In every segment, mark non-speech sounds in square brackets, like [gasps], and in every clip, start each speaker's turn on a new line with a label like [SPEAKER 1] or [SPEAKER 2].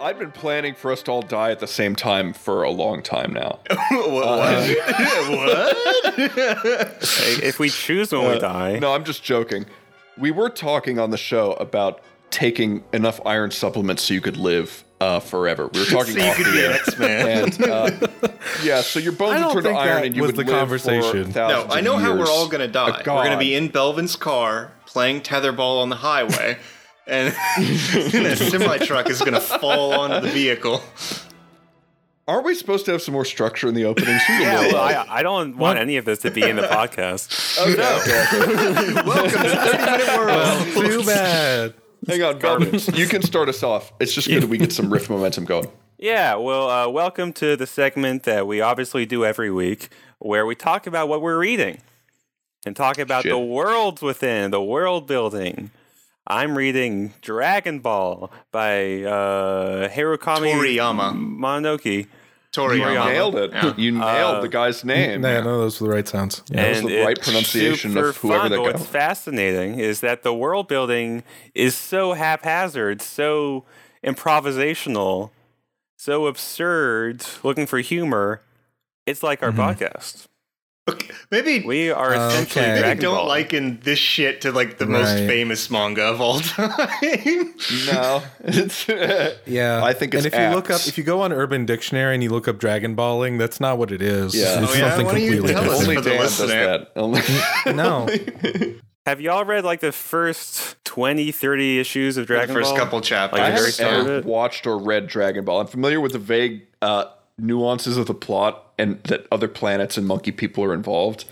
[SPEAKER 1] I've been planning for us to all die at the same time for a long time now.
[SPEAKER 2] what? what?
[SPEAKER 3] if we choose when we die,
[SPEAKER 1] No, I'm just joking. We were talking on the show about taking enough iron supplements so you could live uh, forever. We were talking
[SPEAKER 2] so you
[SPEAKER 1] off
[SPEAKER 2] could
[SPEAKER 1] the
[SPEAKER 2] be an
[SPEAKER 1] air.
[SPEAKER 2] X Man.
[SPEAKER 1] and uh, yeah, so your bones
[SPEAKER 4] I
[SPEAKER 1] would
[SPEAKER 4] don't
[SPEAKER 1] turn to
[SPEAKER 4] think
[SPEAKER 1] iron,
[SPEAKER 4] that
[SPEAKER 1] and you
[SPEAKER 4] was
[SPEAKER 1] would live
[SPEAKER 4] the
[SPEAKER 1] for
[SPEAKER 4] conversation. No,
[SPEAKER 1] thousands
[SPEAKER 2] No,
[SPEAKER 1] of
[SPEAKER 2] I know how we're
[SPEAKER 1] years.
[SPEAKER 2] all gonna
[SPEAKER 1] A
[SPEAKER 2] die. We're gonna
[SPEAKER 1] god.
[SPEAKER 2] be in Belvin's car playing tetherball on the highway, and [laughs] a semi truck is gonna fall onto the vehicle.
[SPEAKER 1] Aren't we supposed to have some more structure in the opening?
[SPEAKER 3] Well, I, I [laughs] don't want any of this to be in the podcast.
[SPEAKER 2] Welcome to 30 Minute World.
[SPEAKER 4] Too [laughs] bad.
[SPEAKER 1] Hang on, Belvin. you can start us off. It's just good we get some riff momentum going.
[SPEAKER 3] [laughs] Yeah, well, uh, welcome to the segment that we obviously do every week, where we talk about what we're reading and talk about
[SPEAKER 1] Shit.
[SPEAKER 3] the worlds within, the world building. I'm reading Dragon Ball by uh, Herukami
[SPEAKER 2] Toriyama.
[SPEAKER 3] Mononoke,
[SPEAKER 2] Toriyama.
[SPEAKER 1] Nailed it.
[SPEAKER 2] Yeah.
[SPEAKER 1] You nailed the guy's name.
[SPEAKER 4] Nah, none of those were the right sounds.
[SPEAKER 1] was
[SPEAKER 3] and
[SPEAKER 1] the right
[SPEAKER 3] it's
[SPEAKER 1] pronunciation
[SPEAKER 3] super
[SPEAKER 1] of whoever
[SPEAKER 3] fun,
[SPEAKER 1] that
[SPEAKER 3] but
[SPEAKER 1] guy
[SPEAKER 3] What's
[SPEAKER 1] was.
[SPEAKER 3] fascinating is that the world building is so haphazard, so improvisational, so absurd, looking for humor. It's like our podcast.
[SPEAKER 2] Okay, Maybe
[SPEAKER 3] We are essentially
[SPEAKER 4] Mm-hmm. Okay. They
[SPEAKER 2] I
[SPEAKER 3] Dragon
[SPEAKER 2] don't
[SPEAKER 3] Ball.
[SPEAKER 2] liken this shit to like the most
[SPEAKER 4] Right.
[SPEAKER 2] famous manga of all [laughs] time.
[SPEAKER 1] No, it's uh,
[SPEAKER 4] Yeah,
[SPEAKER 1] I think it's
[SPEAKER 4] and if you look up,
[SPEAKER 1] apt.
[SPEAKER 4] if you go on Urban Dictionary and you look up Dragon Balling, that's not what it is.
[SPEAKER 1] Yeah.
[SPEAKER 4] it's
[SPEAKER 2] Oh, yeah?
[SPEAKER 4] something
[SPEAKER 2] Why don't you
[SPEAKER 4] completely
[SPEAKER 2] tell us?
[SPEAKER 4] different.
[SPEAKER 1] only
[SPEAKER 2] For the
[SPEAKER 1] Dan does that.
[SPEAKER 2] listener. [laughs]
[SPEAKER 1] Only-
[SPEAKER 4] No,
[SPEAKER 3] Have y'all read like the first 20, 30 issues of Dragon
[SPEAKER 2] First
[SPEAKER 3] Ball?
[SPEAKER 2] couple chapters.
[SPEAKER 1] I
[SPEAKER 3] Like the very
[SPEAKER 1] haven't
[SPEAKER 3] start of
[SPEAKER 1] ever
[SPEAKER 3] it.
[SPEAKER 1] watched or read Dragon Ball. I'm familiar with the vague uh, nuances of the plot and that other planets and monkey people are involved.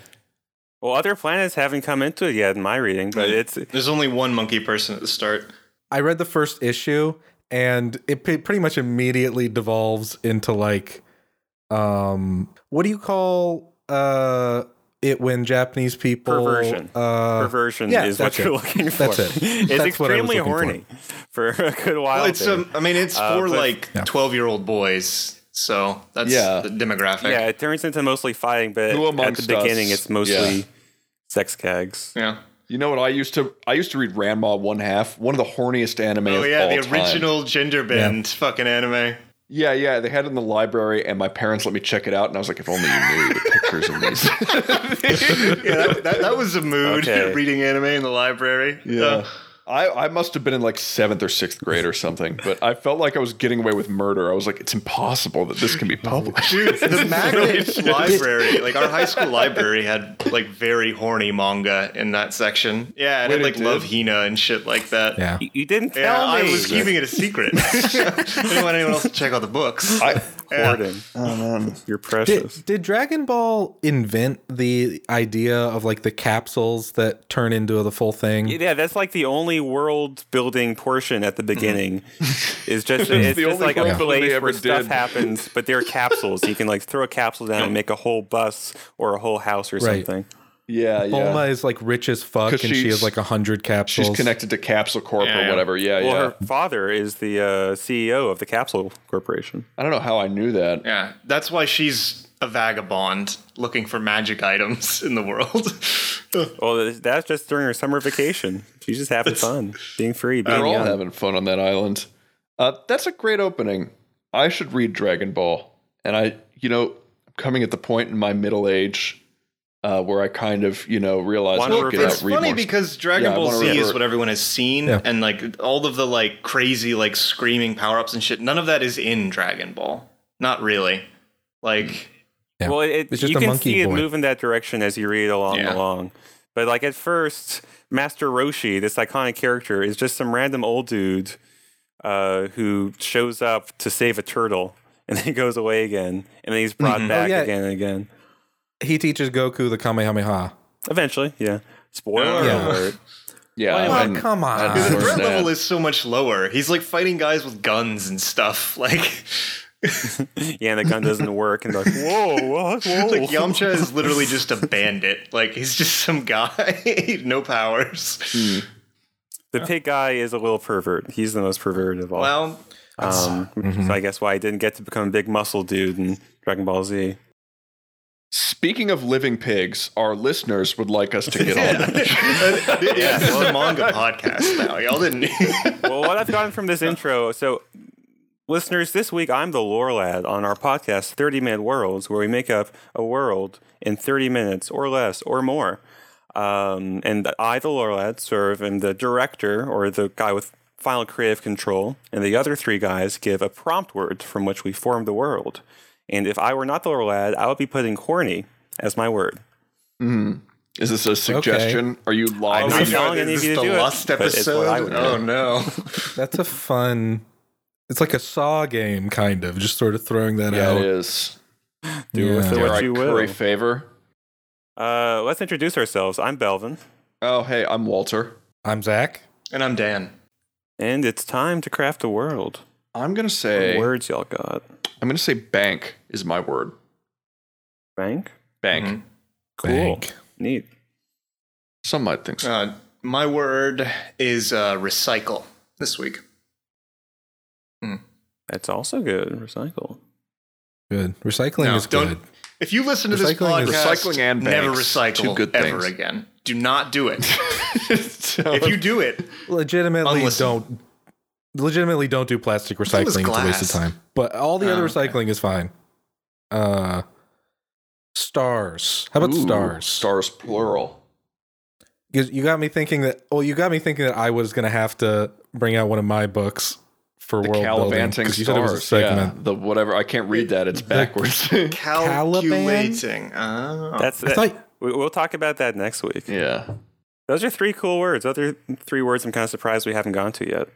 [SPEAKER 3] Well, other planets haven't come into it yet in my reading,
[SPEAKER 4] Mm.
[SPEAKER 3] but it's
[SPEAKER 4] Uh,
[SPEAKER 2] There's only one monkey person at the start.
[SPEAKER 4] I read the first issue, and it pe- pretty much immediately devolves into like, um, what do you call uh it when Japanese people
[SPEAKER 3] Perversion.
[SPEAKER 4] Uh,
[SPEAKER 3] perversion
[SPEAKER 4] yeah,
[SPEAKER 3] is what
[SPEAKER 4] that's it.
[SPEAKER 3] you're [laughs] looking for.
[SPEAKER 4] That's it.
[SPEAKER 3] It's
[SPEAKER 4] That's what I was
[SPEAKER 3] extremely
[SPEAKER 4] looking for.
[SPEAKER 3] horny for. a good while.
[SPEAKER 2] Well, it's
[SPEAKER 3] there.
[SPEAKER 2] um, I mean, it's
[SPEAKER 3] Uh,
[SPEAKER 2] for
[SPEAKER 3] but-
[SPEAKER 2] like
[SPEAKER 4] Yeah.
[SPEAKER 2] 12 year old boys. So that's
[SPEAKER 1] Yeah.
[SPEAKER 2] the demographic.
[SPEAKER 3] Yeah, it turns into mostly fighting, but
[SPEAKER 1] Who
[SPEAKER 3] at the
[SPEAKER 1] amongst us?
[SPEAKER 3] beginning, it's mostly
[SPEAKER 1] Yeah.
[SPEAKER 3] sex cags.
[SPEAKER 2] Yeah.
[SPEAKER 1] You know what I used to? I used to read Ranma One Half, one of the horniest anime.
[SPEAKER 2] Oh
[SPEAKER 1] of
[SPEAKER 2] yeah,
[SPEAKER 1] all
[SPEAKER 2] the
[SPEAKER 1] time.
[SPEAKER 2] original gender bend fucking anime.
[SPEAKER 1] Yeah, yeah, they had it in the library, and my parents let me check it out, and I was like, if only you knew the pictures in these. [laughs]
[SPEAKER 2] yeah, that, that, that was a mood.
[SPEAKER 3] Okay.
[SPEAKER 2] [laughs] Reading anime in the library. Uh,
[SPEAKER 1] I, I must have been in like seventh or sixth grade or something, but I felt like I was getting away with murder. I was like, it's impossible that this can be
[SPEAKER 2] [laughs]
[SPEAKER 1] published.
[SPEAKER 2] Dude, the magnet library, like our high school library, had like very horny manga in that section. Yeah, and it
[SPEAKER 1] Wait,
[SPEAKER 2] had like
[SPEAKER 1] it did?
[SPEAKER 2] Love Hina and shit like that.
[SPEAKER 4] Yeah,
[SPEAKER 3] You, you didn't
[SPEAKER 2] Yeah,
[SPEAKER 3] tell me.
[SPEAKER 2] I was keeping it a secret. [laughs] I didn't want anyone else to check out the books.
[SPEAKER 1] I,
[SPEAKER 2] Yeah.
[SPEAKER 3] Hoarding. You're precious.
[SPEAKER 4] Did, did Dragon Ball invent the idea of like the capsules that turn into the full thing?
[SPEAKER 3] yeah, that's like the only world building portion at
[SPEAKER 1] [laughs]
[SPEAKER 3] the beginning. Is just it's
[SPEAKER 1] Mm-hmm. the
[SPEAKER 3] just
[SPEAKER 1] only
[SPEAKER 3] like a
[SPEAKER 1] world building they
[SPEAKER 3] place
[SPEAKER 1] ever
[SPEAKER 3] where stuff
[SPEAKER 1] did.
[SPEAKER 3] happens,
[SPEAKER 1] [laughs]
[SPEAKER 3] but there are capsules. You can like throw a capsule down and make a whole bus or a whole house or
[SPEAKER 4] Right.
[SPEAKER 3] something.
[SPEAKER 1] yeah, yeah.
[SPEAKER 4] Bulma is like rich as fuck,
[SPEAKER 1] 'Cause
[SPEAKER 4] and she
[SPEAKER 1] she's-
[SPEAKER 4] has like a hundred capsules.
[SPEAKER 1] She's connected to Capsule Corp
[SPEAKER 2] Yeah, yeah.
[SPEAKER 1] or whatever. Yeah,
[SPEAKER 3] Well,
[SPEAKER 1] yeah.
[SPEAKER 3] her father is the uh, CEO of the Capsule Corporation.
[SPEAKER 1] I don't know how I knew that.
[SPEAKER 2] Yeah, that's why she's a vagabond looking for magic items in the world.
[SPEAKER 3] Well, th- that's just during her summer vacation. She's just having fun, being free, being
[SPEAKER 1] We're all
[SPEAKER 3] young.
[SPEAKER 1] having fun on that island. Uh, that's a great opening. I should read Dragon Ball, and I, you know, I'm coming at the point in my middle age uh, where I kind of, you know, realize
[SPEAKER 3] Wanna
[SPEAKER 1] I should get
[SPEAKER 3] revert.
[SPEAKER 1] out,
[SPEAKER 2] it's
[SPEAKER 1] read
[SPEAKER 2] funny
[SPEAKER 1] more stuff. [laughs]
[SPEAKER 2] because Dragon
[SPEAKER 1] Yeah, I
[SPEAKER 2] Ball
[SPEAKER 1] wanna
[SPEAKER 2] Z is
[SPEAKER 1] revert.
[SPEAKER 2] what everyone has seen,
[SPEAKER 4] Yeah.
[SPEAKER 2] and like all of the like crazy like screaming power ups and shit. None of that is in Dragon Ball. Not really. Like
[SPEAKER 4] Yeah.
[SPEAKER 3] Well, it,
[SPEAKER 4] It's just
[SPEAKER 3] you
[SPEAKER 4] a
[SPEAKER 3] can
[SPEAKER 4] monkey
[SPEAKER 3] see
[SPEAKER 4] boy.
[SPEAKER 3] it move in that direction as you read along
[SPEAKER 2] Yeah.
[SPEAKER 3] along. But like at first, Master Roshi, this iconic character, is just some random old dude uh, who shows up to save a turtle [laughs] and then goes away again, and then he's brought
[SPEAKER 2] Mm-hmm.
[SPEAKER 3] back
[SPEAKER 4] Oh, yeah.
[SPEAKER 3] again and again.
[SPEAKER 4] he teaches Goku the Kamehameha.
[SPEAKER 3] Eventually, yeah. Spoiler
[SPEAKER 4] Yeah.
[SPEAKER 3] alert.
[SPEAKER 1] yeah,
[SPEAKER 3] Well,
[SPEAKER 1] I hadn't-
[SPEAKER 4] Oh, come on.
[SPEAKER 1] I hadn't
[SPEAKER 4] Dude,
[SPEAKER 2] the
[SPEAKER 4] Or
[SPEAKER 1] learned
[SPEAKER 2] threat
[SPEAKER 1] that.
[SPEAKER 2] level is so much lower. He's like fighting guys with guns and stuff. [laughs] Like
[SPEAKER 3] Yeah, and the gun doesn't work, and they're like,
[SPEAKER 2] [laughs]
[SPEAKER 3] whoa, what?
[SPEAKER 1] Oh.
[SPEAKER 3] whoa.
[SPEAKER 2] Like Yamcha is literally just a bandit. Like he's just some guy, [laughs] no powers.
[SPEAKER 3] the pig guy is a little pervert. He's the most perverted of all.
[SPEAKER 2] Well,
[SPEAKER 3] Oh. Um,
[SPEAKER 4] Mm-hmm.
[SPEAKER 3] So I guess why I didn't get to become a big muscle dude in Dragon Ball Z.
[SPEAKER 1] Speaking of living pigs, our listeners would like us to get on.
[SPEAKER 3] [laughs]
[SPEAKER 2] [laughs]
[SPEAKER 1] that.
[SPEAKER 2] yeah, this is a manga podcast now. Y'all didn't. [laughs]
[SPEAKER 3] Well, what I've gotten from this intro, so Listeners, this week I'm the lore lad on our podcast, 30 Minute Worlds, where we make up a world in 30 minutes or less or more. Um, and I, the lore lad, serve am the director or the guy with final creative control, and the other three guys give a prompt word from which we form the world. And if I were not the lore lad, I would be putting horny as my word.
[SPEAKER 1] Is this a suggestion? Are you
[SPEAKER 3] I
[SPEAKER 1] lying?
[SPEAKER 3] know.
[SPEAKER 1] I,
[SPEAKER 3] not telling any of
[SPEAKER 2] this
[SPEAKER 3] you
[SPEAKER 2] is
[SPEAKER 3] to
[SPEAKER 2] the
[SPEAKER 3] do it,
[SPEAKER 2] lust
[SPEAKER 3] but it's what I
[SPEAKER 2] episode.
[SPEAKER 3] would
[SPEAKER 2] Oh no!
[SPEAKER 4] [laughs] That's a fun. It's like a saw game, kind of. Just sort of throwing that
[SPEAKER 1] yeah,
[SPEAKER 4] out.
[SPEAKER 1] it is.
[SPEAKER 3] Do with
[SPEAKER 4] Yeah.
[SPEAKER 3] it
[SPEAKER 1] Dare
[SPEAKER 3] what
[SPEAKER 1] I
[SPEAKER 3] you
[SPEAKER 1] curry
[SPEAKER 3] will.
[SPEAKER 1] favor?
[SPEAKER 3] Uh, let's introduce ourselves. I'm Belvin,
[SPEAKER 1] Oh, hey, I'm Walter.
[SPEAKER 4] I'm Zach.
[SPEAKER 2] And I'm Dan.
[SPEAKER 3] and it's time to craft a world.
[SPEAKER 1] I'm gonna
[SPEAKER 3] What
[SPEAKER 1] say
[SPEAKER 3] Words y'all got.
[SPEAKER 1] I'm gonna say bank is my word.
[SPEAKER 3] Bank?
[SPEAKER 1] Bank.
[SPEAKER 2] Mhm.
[SPEAKER 3] Cool.
[SPEAKER 4] Bank.
[SPEAKER 3] Neat.
[SPEAKER 1] Some might think [laughs] so.
[SPEAKER 2] Uh, my word is uh, recycle this week.
[SPEAKER 3] That's also good. Recycle.
[SPEAKER 4] Good. Recycling
[SPEAKER 2] No,
[SPEAKER 4] is
[SPEAKER 2] don't-
[SPEAKER 4] good.
[SPEAKER 2] If you listen to this
[SPEAKER 4] Recycling is-
[SPEAKER 2] podcast,
[SPEAKER 1] Recycling and
[SPEAKER 2] never
[SPEAKER 1] banks,
[SPEAKER 2] recycle
[SPEAKER 1] two good
[SPEAKER 2] ever
[SPEAKER 1] things.
[SPEAKER 2] again. Do not do
[SPEAKER 4] [laughs]
[SPEAKER 2] it.
[SPEAKER 1] So-
[SPEAKER 2] if you do it,
[SPEAKER 4] Legitimately
[SPEAKER 2] Unless-
[SPEAKER 4] don't legitimately don't do plastic
[SPEAKER 2] long as
[SPEAKER 4] recycling. It's a waste of
[SPEAKER 2] glass.
[SPEAKER 4] time. But all the
[SPEAKER 2] Oh,
[SPEAKER 4] other
[SPEAKER 2] okay.
[SPEAKER 4] recycling is fine. Uh stars. How about
[SPEAKER 1] Ooh,
[SPEAKER 4] stars?
[SPEAKER 1] Stars plural.
[SPEAKER 4] You- You got me thinking that well, you got me thinking that I was gonna have to bring out one of my books for
[SPEAKER 1] The
[SPEAKER 4] world building.
[SPEAKER 1] Calibanting
[SPEAKER 4] 'cause you
[SPEAKER 1] stars.
[SPEAKER 4] said it was a segment.
[SPEAKER 1] Yeah, the whatever. I can't read that. It's
[SPEAKER 4] [laughs]
[SPEAKER 1] backwards.
[SPEAKER 2] calculating. Oh.
[SPEAKER 3] That's
[SPEAKER 4] I
[SPEAKER 3] that.
[SPEAKER 4] thought
[SPEAKER 3] we, we'll talk about that next
[SPEAKER 1] [laughs]
[SPEAKER 3] week.
[SPEAKER 1] yeah.
[SPEAKER 3] Those are three cool words. Other three words I'm kind of surprised we haven't gone to yet.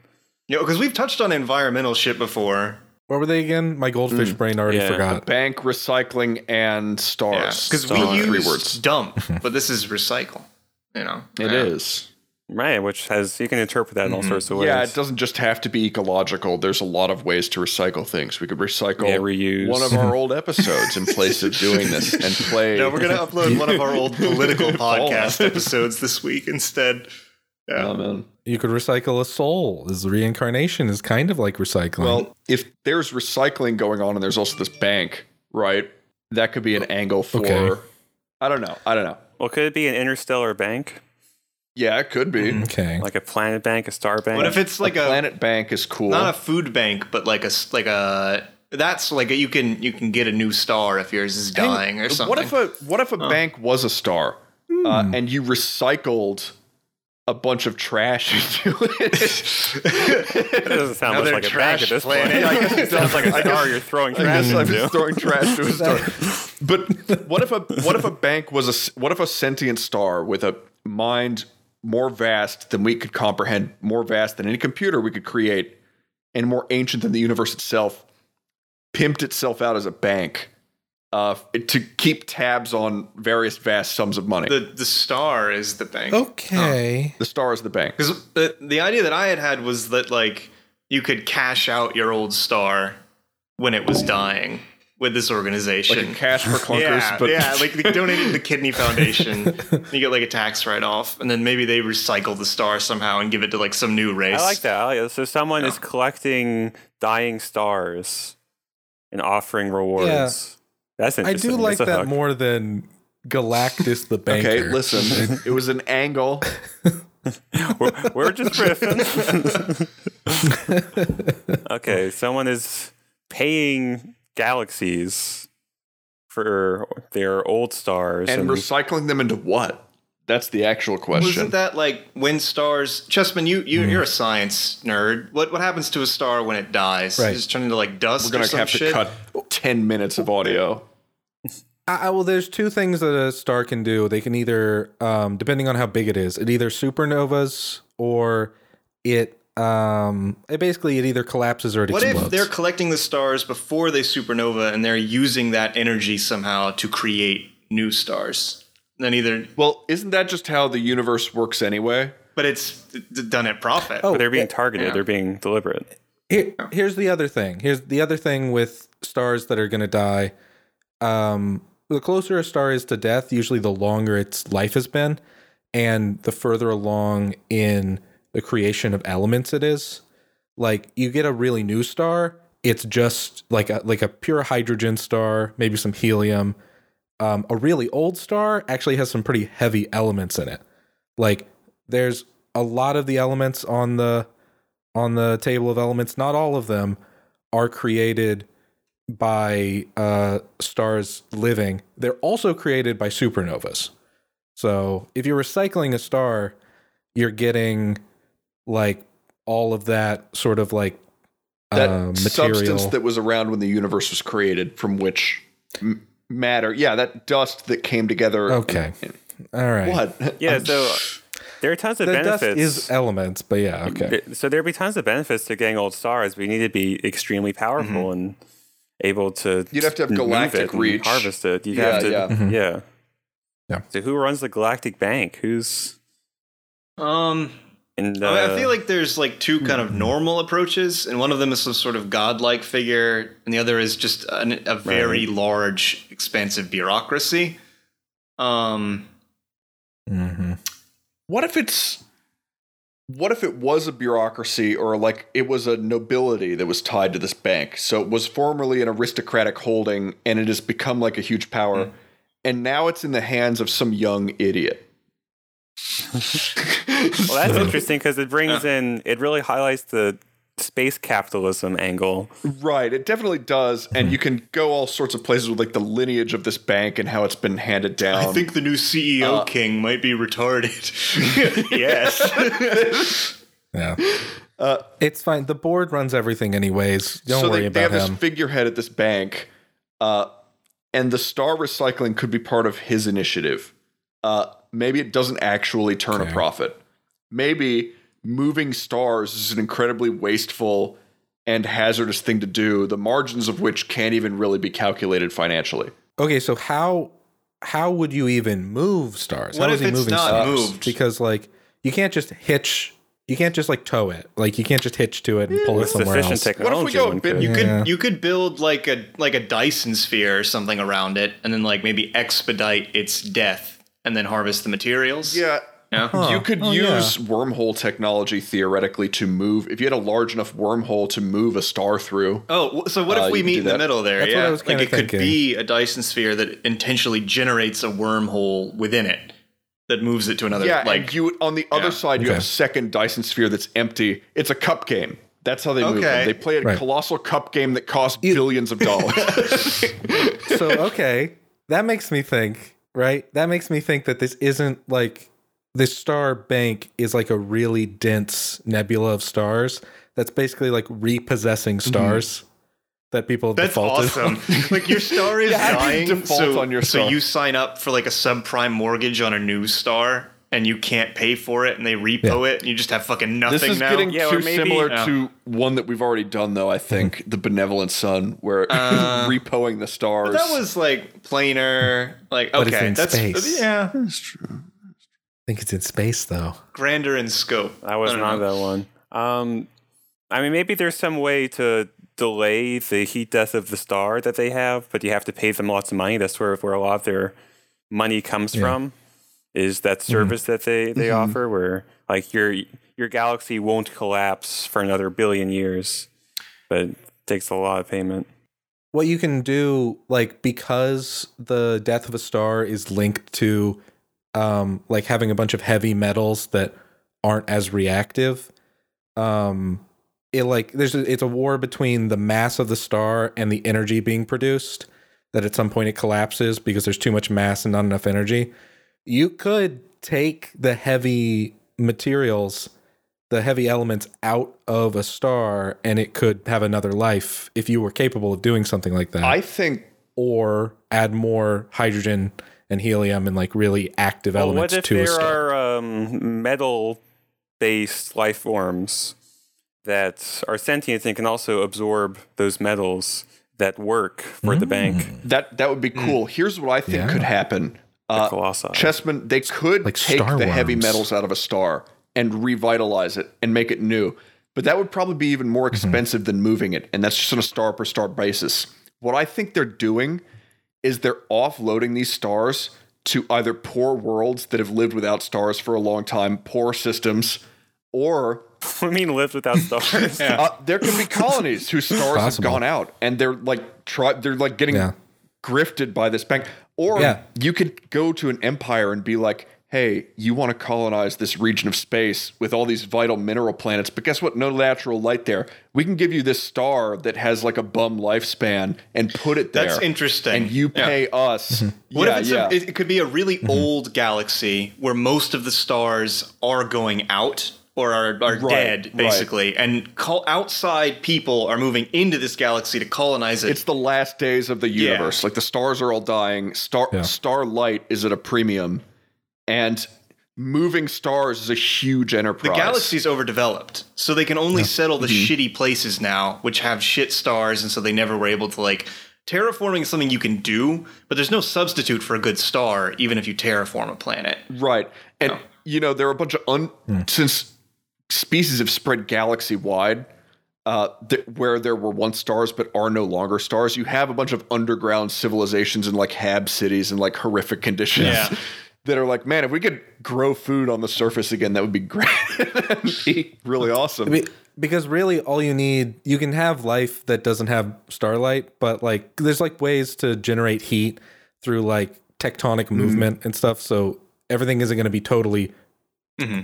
[SPEAKER 2] you know, because we've touched on environmental shit before.
[SPEAKER 4] what were they again? My goldfish brain already
[SPEAKER 3] Mm. yeah.
[SPEAKER 4] forgot.
[SPEAKER 1] Bank, recycling, and
[SPEAKER 2] Yeah,
[SPEAKER 1] stars.
[SPEAKER 2] because
[SPEAKER 1] Those
[SPEAKER 2] we
[SPEAKER 1] are uh, three
[SPEAKER 2] use
[SPEAKER 1] words.
[SPEAKER 4] [laughs]
[SPEAKER 2] dump, but this is recycle. You know,
[SPEAKER 1] It is.
[SPEAKER 3] Right, which has, you can interpret that in all sorts of ways.
[SPEAKER 1] Yeah, it doesn't just have to be ecological. There's a lot of ways to recycle things. We could recycle
[SPEAKER 3] Yeah, reuse.
[SPEAKER 1] one of
[SPEAKER 4] [laughs]
[SPEAKER 1] our old episodes in place of doing this and play.
[SPEAKER 2] [laughs] No, we're gonna upload one of
[SPEAKER 1] [laughs]
[SPEAKER 2] our old political podcast episodes this week instead.
[SPEAKER 1] Oh, man.
[SPEAKER 4] You could recycle a soul. Is reincarnation is kind of like recycling.
[SPEAKER 1] Well, if there's recycling going on and there's also this bank, right? That could be an angle for.
[SPEAKER 4] Okay.
[SPEAKER 1] I don't know. I don't know.
[SPEAKER 3] Well, could it be an interstellar bank?
[SPEAKER 1] Yeah, it could be.
[SPEAKER 4] okay.
[SPEAKER 3] Like a planet bank, a star bank? [laughs]
[SPEAKER 2] What if it's like a,
[SPEAKER 1] Planet Bank is cool.
[SPEAKER 2] not a food bank, but like a s- like a that's like a, you can you can get a new star if yours is
[SPEAKER 1] Hang-
[SPEAKER 2] dying or something. Oh.
[SPEAKER 1] What if a what if a bank was a star, uh, and you recycled a bunch of trash [laughs] into it?
[SPEAKER 2] [laughs]
[SPEAKER 3] That doesn't sound much
[SPEAKER 2] Another
[SPEAKER 3] like a bank at
[SPEAKER 2] trash
[SPEAKER 3] this
[SPEAKER 2] planet.
[SPEAKER 3] point.
[SPEAKER 2] I
[SPEAKER 3] [laughs]
[SPEAKER 2] guess it
[SPEAKER 3] sounds like a
[SPEAKER 1] I guess-
[SPEAKER 3] star you're throwing
[SPEAKER 1] I
[SPEAKER 3] trash
[SPEAKER 1] guess I'm
[SPEAKER 3] into.
[SPEAKER 1] just throwing trash to a star. But what if a what if a bank was a s- what if a sentient star with a mind more vast than we could comprehend, more vast than any computer we could create, and more ancient than the universe itself, pimped itself out as a bank uh, to keep tabs on various vast sums of money.
[SPEAKER 2] the the star is the
[SPEAKER 1] Oh.
[SPEAKER 2] bank?
[SPEAKER 4] Okay.
[SPEAKER 1] The star is the bank.
[SPEAKER 2] Because the, the idea that I had had was that like you could cash out your old star when it was dying with this organization.
[SPEAKER 1] Like a cash for clunkers,
[SPEAKER 2] yeah,
[SPEAKER 1] but
[SPEAKER 2] yeah, like they donated to the Kidney Foundation. you get like a tax write off, and then maybe they recycle the star somehow and give it to like some new
[SPEAKER 3] [laughs]
[SPEAKER 2] race.
[SPEAKER 3] I like that. I like that. So someone is collecting dying stars and offering rewards. That's
[SPEAKER 4] I
[SPEAKER 3] interesting.
[SPEAKER 4] do
[SPEAKER 3] It's
[SPEAKER 4] like
[SPEAKER 3] a
[SPEAKER 4] that
[SPEAKER 3] hook.
[SPEAKER 4] more than Galactus the
[SPEAKER 1] [laughs]
[SPEAKER 4] Banker.
[SPEAKER 1] okay, listen, it was an angle.
[SPEAKER 3] We're, we're just riffing. okay, someone is paying galaxies for their old stars
[SPEAKER 1] And recycling them into what? That's the actual question.
[SPEAKER 2] Wasn't that like when stars? Chessman, you,
[SPEAKER 1] Mm-hmm.
[SPEAKER 2] you you're a science nerd. What what happens to a star when it dies?
[SPEAKER 4] Right.
[SPEAKER 2] Does it turn into like dust
[SPEAKER 1] We're going
[SPEAKER 2] or
[SPEAKER 1] to
[SPEAKER 2] some
[SPEAKER 1] have
[SPEAKER 2] shit?
[SPEAKER 1] to cut 10 minutes of audio.
[SPEAKER 4] I, I- well, there's two things that a star can do. They can either, um, depending on how big it is, it either supernovas or it, um, it basically it either collapses or it
[SPEAKER 2] What
[SPEAKER 4] explodes.
[SPEAKER 2] if they're collecting the stars before they supernova and they're using that energy somehow to create new stars? Then either,
[SPEAKER 1] Well, isn't that just how the universe works anyway?
[SPEAKER 2] but it's d- d- done at profit.
[SPEAKER 4] Oh,
[SPEAKER 3] But they're being
[SPEAKER 4] yeah.
[SPEAKER 3] targeted. They're being deliberate.
[SPEAKER 4] Here, here's the other thing. Here's the other thing with stars that are going to die. Um, the closer a star is to death, usually the longer its life has been, and the further along in the creation of elements it is. Like you get a really new star, it's just like a like a pure hydrogen star, maybe some helium. Um, a really old star actually has some pretty heavy elements in it. Like there's a lot of the elements on the on the table of elements, not all of them are created by uh, stars living, they're also created by supernovas. So if you're recycling a star, you're getting like all of that sort of like
[SPEAKER 1] that
[SPEAKER 4] uh, material.
[SPEAKER 1] substance that was around when the universe was created, from which m- matter, yeah, that dust that came together.
[SPEAKER 4] okay. All right.
[SPEAKER 1] What?
[SPEAKER 3] Yeah, so Um, there are tons of
[SPEAKER 4] The dust
[SPEAKER 3] benefits.
[SPEAKER 4] is elements, but yeah, okay.
[SPEAKER 3] Th- so there'd be tons of benefits to getting old stars. We need to be extremely powerful
[SPEAKER 4] Mm-hmm.
[SPEAKER 3] and able to.
[SPEAKER 1] You'd have to have
[SPEAKER 3] move
[SPEAKER 1] galactic
[SPEAKER 3] it and
[SPEAKER 1] reach.
[SPEAKER 3] harvest it. You
[SPEAKER 1] Yeah,
[SPEAKER 3] have to.
[SPEAKER 1] yeah.
[SPEAKER 4] Mhm.
[SPEAKER 3] yeah.
[SPEAKER 4] Yeah.
[SPEAKER 3] So who runs the Galactic Bank? Who's
[SPEAKER 2] Um,
[SPEAKER 3] in the?
[SPEAKER 2] I, mean, I feel like there's like two kind
[SPEAKER 1] Mm-hmm.
[SPEAKER 2] of normal approaches, and one of them is some sort of godlike figure, and the other is just an, a very large, expansive bureaucracy. Um,
[SPEAKER 4] hmm
[SPEAKER 1] What if it's? What if it was a bureaucracy or like it was a nobility that was tied to this bank? So it was formerly an aristocratic holding, and it has become like a huge
[SPEAKER 3] Hmm.
[SPEAKER 1] power, and now it's in the hands of some young idiot.
[SPEAKER 3] well,
[SPEAKER 4] [laughs]
[SPEAKER 3] that's interesting because it brings in. It really highlights the space capitalism angle.
[SPEAKER 1] Right, it definitely does, and
[SPEAKER 2] Hmm.
[SPEAKER 1] you can go all sorts of places with like the lineage of this bank and how it's been handed down.
[SPEAKER 2] I think the new CEO
[SPEAKER 1] uh,
[SPEAKER 2] king might be retarded. [laughs] yes.
[SPEAKER 4] Yeah.
[SPEAKER 2] Uh,
[SPEAKER 4] it's fine. The board runs everything anyways. Don't
[SPEAKER 1] so
[SPEAKER 4] worry
[SPEAKER 1] they, they
[SPEAKER 4] about
[SPEAKER 1] have
[SPEAKER 4] him.
[SPEAKER 1] this figurehead at this bank, uh, and the star recycling could be part of his initiative. Uh, maybe it doesn't actually turn a profit. Maybe moving stars is an incredibly wasteful and hazardous thing to do, the margins of which can't even really be calculated financially.
[SPEAKER 4] okay, so how how would you even move stars?
[SPEAKER 2] What
[SPEAKER 4] how
[SPEAKER 2] if
[SPEAKER 4] is he
[SPEAKER 2] it's
[SPEAKER 4] moving
[SPEAKER 2] not
[SPEAKER 4] stars?
[SPEAKER 2] moved?
[SPEAKER 4] Because like you can't just hitch you can't just like tow it. Like you can't just hitch to it and pull it
[SPEAKER 3] With
[SPEAKER 4] somewhere
[SPEAKER 3] sufficient
[SPEAKER 4] else.
[SPEAKER 3] technology,
[SPEAKER 1] go a
[SPEAKER 3] one
[SPEAKER 1] bit-
[SPEAKER 3] could-
[SPEAKER 2] You
[SPEAKER 4] Yeah.
[SPEAKER 2] could you could build like a like a Dyson sphere or something around it, and then like maybe expedite its death, and then harvest the materials.
[SPEAKER 1] Yeah.
[SPEAKER 2] Yeah.
[SPEAKER 1] You could
[SPEAKER 4] Oh, yeah.
[SPEAKER 1] use wormhole technology theoretically to move, if you had a large enough wormhole to move a star through.
[SPEAKER 2] Oh, w- so what
[SPEAKER 1] Uh,
[SPEAKER 2] if we
[SPEAKER 1] you can
[SPEAKER 2] meet
[SPEAKER 1] do
[SPEAKER 2] in the
[SPEAKER 1] that.
[SPEAKER 2] middle there?
[SPEAKER 4] That's what
[SPEAKER 2] yeah,
[SPEAKER 4] I was
[SPEAKER 2] like
[SPEAKER 4] kinda
[SPEAKER 2] it could
[SPEAKER 4] thinking.
[SPEAKER 2] be a Dyson sphere that intentionally generates a wormhole within it that moves it to another.
[SPEAKER 1] Yeah,
[SPEAKER 2] like
[SPEAKER 1] and you on the other
[SPEAKER 2] yeah.
[SPEAKER 1] side you have a
[SPEAKER 4] Okay.
[SPEAKER 1] second Dyson sphere that's empty. It's a cup game. That's how they move
[SPEAKER 2] Okay.
[SPEAKER 1] them. They play a
[SPEAKER 4] Right.
[SPEAKER 1] colossal cup game that costs billions of dollars.
[SPEAKER 4] so okay, that makes me think, right? That makes me think that this isn't like this star bank is like a really dense nebula of stars that's basically like repossessing stars that people have
[SPEAKER 2] Mm-hmm. that's
[SPEAKER 4] defaulted [laughs]
[SPEAKER 2] awesome. like your star is
[SPEAKER 1] Yeah, how do you
[SPEAKER 2] dying,
[SPEAKER 1] default
[SPEAKER 2] so
[SPEAKER 1] on your
[SPEAKER 2] so
[SPEAKER 1] star?
[SPEAKER 2] you sign up for like a subprime mortgage on a new star, and you can't pay for it, and they repo it, and you just have fucking nothing
[SPEAKER 1] this is
[SPEAKER 2] now.
[SPEAKER 1] getting
[SPEAKER 3] Yeah,
[SPEAKER 1] too
[SPEAKER 3] or maybe-
[SPEAKER 1] similar
[SPEAKER 2] yeah.
[SPEAKER 1] to one that we've already done though, I think, The Benevolent Sun, where [laughs] repoing the stars.
[SPEAKER 2] that was like plainer. Like okay,
[SPEAKER 4] But it's in
[SPEAKER 2] that's
[SPEAKER 4] space.
[SPEAKER 2] yeah,
[SPEAKER 4] I think it's in space though.
[SPEAKER 2] grander in scope.
[SPEAKER 3] I wasn't on
[SPEAKER 2] don't
[SPEAKER 3] that one. Um, I mean, maybe there's some way to delay the heat death of the star that they have, but you have to pay them lots of money. That's where where a lot of their money comes from. Is that
[SPEAKER 4] Mm-hmm.
[SPEAKER 3] service that they they offer, where like your your galaxy won't collapse for another billion years, but it takes a lot of payment.
[SPEAKER 4] what you can do like because the death of a star is linked to um like having a bunch of heavy metals that aren't as reactive um it like there's a, it's a war between the mass of the star and the energy being produced that at some point it collapses because there's too much mass and not enough energy you could take the heavy materials the heavy elements out of a star and it could have another life if you were capable of doing something like that
[SPEAKER 1] I think
[SPEAKER 4] or add more hydrogen and helium and like really active
[SPEAKER 3] Well, what
[SPEAKER 4] elements
[SPEAKER 3] if
[SPEAKER 4] to a
[SPEAKER 3] there
[SPEAKER 4] star
[SPEAKER 3] are um, metal-based life forms that are sentient and can also absorb those metals that work for the bank?
[SPEAKER 4] Mm.
[SPEAKER 1] that that would be cool. Here's what I think
[SPEAKER 4] Yeah.
[SPEAKER 1] could happen. Uh,
[SPEAKER 3] Colossi. [laughs]
[SPEAKER 1] Chessman, they could
[SPEAKER 4] Like
[SPEAKER 1] take
[SPEAKER 4] star
[SPEAKER 1] the heavy
[SPEAKER 4] worms.
[SPEAKER 1] metals out of a star and revitalize it and make it new. But that would probably be even
[SPEAKER 4] Mm-hmm.
[SPEAKER 1] more expensive than moving it. And that's just on a star per star basis. What I think they're doing is they're offloading these stars to either poor worlds that have lived without stars for a long time, poor systems, or
[SPEAKER 3] I mean,
[SPEAKER 1] [laughs]
[SPEAKER 3] lived without stars.
[SPEAKER 1] uh, there can be colonies whose stars have
[SPEAKER 4] Possible.
[SPEAKER 1] gone out and they're like try, they're like getting
[SPEAKER 4] Yeah.
[SPEAKER 1] grifted by this bank. Or
[SPEAKER 4] Yeah.
[SPEAKER 1] you could go to an empire and be like, hey, you want to colonize this region of space with all these vital mineral planets, but guess what? No natural light there. We can give you this star that has like a bum lifespan and put it there.
[SPEAKER 2] That's interesting.
[SPEAKER 1] And you
[SPEAKER 2] Yeah.
[SPEAKER 1] pay us.
[SPEAKER 4] Mm-hmm.
[SPEAKER 2] What
[SPEAKER 1] yeah,
[SPEAKER 2] if it's
[SPEAKER 1] yeah. Mm-hmm.
[SPEAKER 2] a, it, it could be a really old galaxy where most of the stars are going out or are, are
[SPEAKER 1] Right,
[SPEAKER 2] dead,
[SPEAKER 1] right.
[SPEAKER 2] basically, and call, outside people are moving into this galaxy to colonize it.
[SPEAKER 1] it's the last days of the universe. Like the stars are all dying. Star
[SPEAKER 4] Yeah.
[SPEAKER 1] starlight is at a premium, and moving stars is a huge enterprise.
[SPEAKER 2] the galaxy's overdeveloped, so they can only settle the
[SPEAKER 1] Mm-hmm.
[SPEAKER 2] shitty places now, which have shit stars, and so they never were able to like terraforming is something you can do, but there's no substitute for a good star, even if you terraform a planet.
[SPEAKER 1] Right. And you know, there are a bunch of un since species have spread galaxy wide, uh, th- where there were once stars but are no longer stars. You have a bunch of underground civilizations in like hab cities and like horrific conditions.
[SPEAKER 2] Yeah.
[SPEAKER 1] [laughs] That are like, man, if we could grow food on the surface again, that would be great. [laughs] That'd be really awesome.
[SPEAKER 4] Be- because really all you need you can have life that doesn't have starlight but like there's like ways to generate heat through like tectonic movement and stuff so everything isn't going to be totally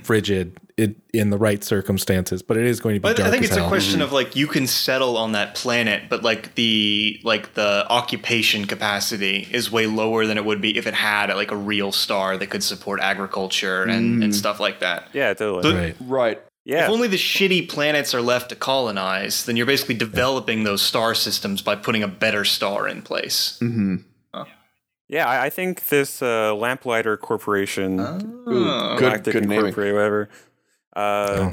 [SPEAKER 4] frigid it, in the right circumstances but it is going to be
[SPEAKER 2] But
[SPEAKER 4] dark
[SPEAKER 2] I think
[SPEAKER 4] as
[SPEAKER 2] it's a
[SPEAKER 4] hell.
[SPEAKER 2] question of like you can settle on that planet, but like the like the occupation capacity is way lower than it would be if it had like a real star that could support agriculture and, and stuff like that.
[SPEAKER 3] [laughs] Yeah, totally.
[SPEAKER 2] But-
[SPEAKER 4] right
[SPEAKER 1] right.
[SPEAKER 3] yeah.
[SPEAKER 2] If only the shitty planets are left to colonize, then you're basically developing those star systems by putting a better star in place.
[SPEAKER 1] hmm
[SPEAKER 3] Yeah, I, I think this uh, Lamplighter Corporation, Hmm.
[SPEAKER 1] Ooh, Ah. good,
[SPEAKER 3] Galactic
[SPEAKER 1] good naming.
[SPEAKER 3] Incorporated, whatever. Uh,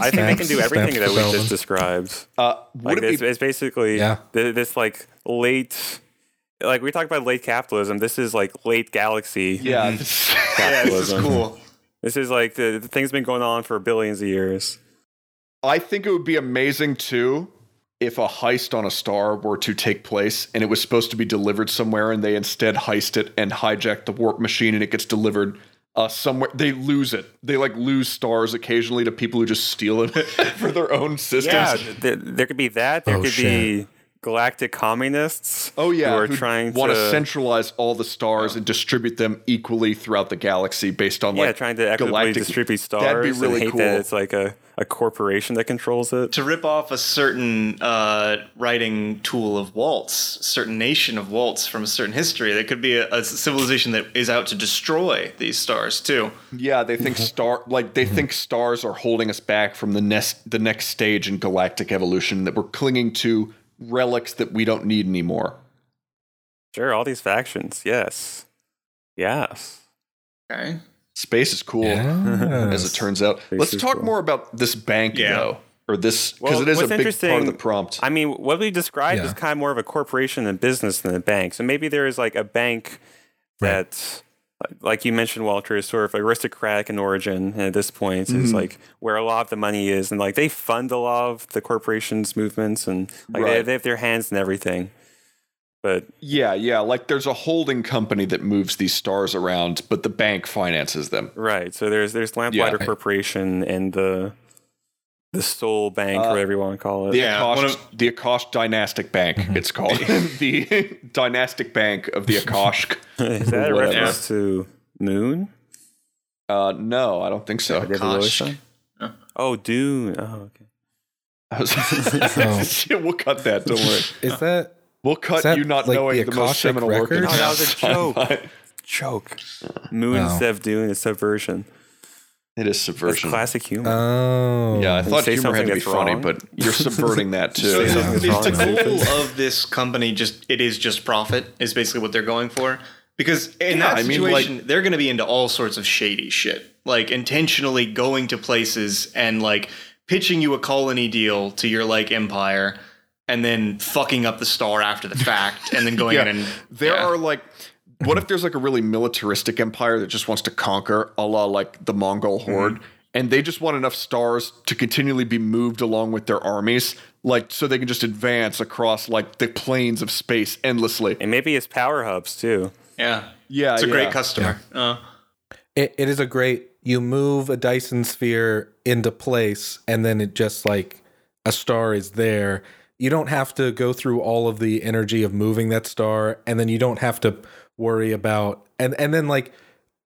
[SPEAKER 3] I think they can do
[SPEAKER 4] Oh. Stamps-
[SPEAKER 3] everything
[SPEAKER 4] stamps
[SPEAKER 3] that we
[SPEAKER 4] development.
[SPEAKER 3] just described.
[SPEAKER 1] Uh, would
[SPEAKER 3] Like
[SPEAKER 1] it
[SPEAKER 3] it's,
[SPEAKER 1] be,
[SPEAKER 3] it's basically
[SPEAKER 4] Yeah.
[SPEAKER 3] th- this like late, like we talked about late capitalism. This is like late galaxy.
[SPEAKER 1] yeah,
[SPEAKER 3] [laughs]
[SPEAKER 1] this-
[SPEAKER 2] Yeah, this is
[SPEAKER 3] Capitalism.
[SPEAKER 2] cool.
[SPEAKER 3] This is like the, the thing's been going on for billions of years.
[SPEAKER 1] I think it would be amazing too if a heist on a star were to take place and it was supposed to be delivered somewhere and they instead heist it and hijack the warp machine and it gets delivered uh, somewhere. They lose it. They like lose stars occasionally to people who just steal it [laughs] for their own systems.
[SPEAKER 3] Yeah, th- th- there could be that. There
[SPEAKER 4] Oh,
[SPEAKER 3] could be
[SPEAKER 4] shit.
[SPEAKER 3] galactic communists.
[SPEAKER 1] Oh yeah,
[SPEAKER 3] who are
[SPEAKER 1] who'd
[SPEAKER 3] trying
[SPEAKER 1] want
[SPEAKER 3] to
[SPEAKER 1] centralize all the stars and distribute them equitably throughout the galaxy based on
[SPEAKER 3] yeah,
[SPEAKER 1] like
[SPEAKER 3] trying to equitably
[SPEAKER 1] galactic
[SPEAKER 3] distribute stars.
[SPEAKER 1] That'd be really
[SPEAKER 3] and hate
[SPEAKER 1] cool.
[SPEAKER 3] that it's like a, a corporation that controls it.
[SPEAKER 2] to rip off a certain uh, writing tool of Waltz, a certain nation of Waltz from a certain history. There could be a, a civilization that is out to destroy these stars too.
[SPEAKER 1] Yeah, they think star like they think stars are holding us back from the next the next stage in galactic evolution that we're clinging to relics that we don't need anymore.
[SPEAKER 3] Sure, all these factions. Yes. Yes.
[SPEAKER 2] Okay.
[SPEAKER 1] Space is cool, as it
[SPEAKER 4] Yes.
[SPEAKER 1] turns out. Let's
[SPEAKER 3] is
[SPEAKER 1] talk
[SPEAKER 3] cool.
[SPEAKER 1] more about this bank
[SPEAKER 2] Yeah.
[SPEAKER 1] though, or this because
[SPEAKER 3] Well,
[SPEAKER 1] it is a
[SPEAKER 3] what's
[SPEAKER 1] big part of
[SPEAKER 3] interesting-
[SPEAKER 1] the prompt.
[SPEAKER 3] I mean, what we described
[SPEAKER 4] Yeah.
[SPEAKER 3] is kind of more of a corporation and business than a bank. So maybe there is like a bank
[SPEAKER 4] Right.
[SPEAKER 3] that, like you mentioned, Walter, is sort of aristocratic in origin. And at this point,
[SPEAKER 4] Mm-hmm.
[SPEAKER 3] is like where a lot of the money is, and like they fund a lot of the corporation's movements, and like they,
[SPEAKER 1] Right.
[SPEAKER 3] they have their hands in everything. But
[SPEAKER 1] yeah, yeah, like there's a holding company that moves these stars around, but the bank finances them.
[SPEAKER 3] Right. So there's there's Lamplighter
[SPEAKER 4] Right.
[SPEAKER 3] Corporation and the the Soul Bank,
[SPEAKER 1] Uh,
[SPEAKER 3] or whatever you want to call it.
[SPEAKER 1] The
[SPEAKER 2] Yeah, one
[SPEAKER 1] Akash,
[SPEAKER 2] of-
[SPEAKER 1] the Akash Dynastic Bank, it's called [laughs] the Dynastic Bank of the Akash.
[SPEAKER 3] [laughs] Is that a
[SPEAKER 1] whatever.
[SPEAKER 3] reference to Moon?
[SPEAKER 1] Uh, no, I don't think so.
[SPEAKER 3] David
[SPEAKER 2] Kosh.
[SPEAKER 3] Wilson? Oh, Dune. Oh, okay.
[SPEAKER 1] I was-
[SPEAKER 4] [laughs]
[SPEAKER 1] [laughs] Yeah, we'll cut that. Don't worry.
[SPEAKER 4] is that
[SPEAKER 1] We'll cut
[SPEAKER 4] Oh. Is that
[SPEAKER 1] you not
[SPEAKER 4] like
[SPEAKER 1] knowing
[SPEAKER 4] the
[SPEAKER 1] the, most
[SPEAKER 4] Akashic
[SPEAKER 1] seminal work. in
[SPEAKER 4] Records?
[SPEAKER 3] No, Oh, that [laughs] was a
[SPEAKER 1] time.
[SPEAKER 3] Joke. Moon
[SPEAKER 4] Wow.
[SPEAKER 3] instead of Dune is subversion.
[SPEAKER 1] It is
[SPEAKER 3] That's
[SPEAKER 1] subversion.
[SPEAKER 3] classic humor.
[SPEAKER 1] Uh,
[SPEAKER 4] oh
[SPEAKER 1] yeah, I thought
[SPEAKER 3] say
[SPEAKER 1] humor had
[SPEAKER 3] something
[SPEAKER 1] to be
[SPEAKER 3] that's
[SPEAKER 1] funny,
[SPEAKER 3] wrong.
[SPEAKER 1] but
[SPEAKER 3] [laughs]
[SPEAKER 1] you're subverting that too.
[SPEAKER 4] something
[SPEAKER 1] yeah.
[SPEAKER 4] that's-
[SPEAKER 2] Is
[SPEAKER 4] wrong
[SPEAKER 2] the
[SPEAKER 4] with
[SPEAKER 2] goal
[SPEAKER 1] [laughs]
[SPEAKER 2] of this company just it is just profit is basically what they're going for because in
[SPEAKER 1] Yeah,
[SPEAKER 2] that
[SPEAKER 1] I mean, like-
[SPEAKER 2] situation they're going to be into all sorts of shady shit like intentionally going to places and like pitching you a colony deal to your like empire and then fucking up the star after the fact and
[SPEAKER 1] [laughs]
[SPEAKER 2] then going in and
[SPEAKER 1] There
[SPEAKER 2] yeah.
[SPEAKER 1] are like, what if there's like a really militaristic empire that just wants to conquer, a la like the Mongol
[SPEAKER 3] Mm-hmm.
[SPEAKER 1] horde, and they just want enough stars to continually be moved along with their armies, like so they can just advance across like the plains of space endlessly.
[SPEAKER 3] and maybe it's power hubs too.
[SPEAKER 2] yeah
[SPEAKER 1] Yeah,
[SPEAKER 2] it's a great
[SPEAKER 1] yeah.
[SPEAKER 2] customer uh,
[SPEAKER 4] It, it is a great. You move a Dyson sphere into place, and then it just like a star is there. You don't have to go through all of the energy of moving that star, and then you don't have to worry about and and then like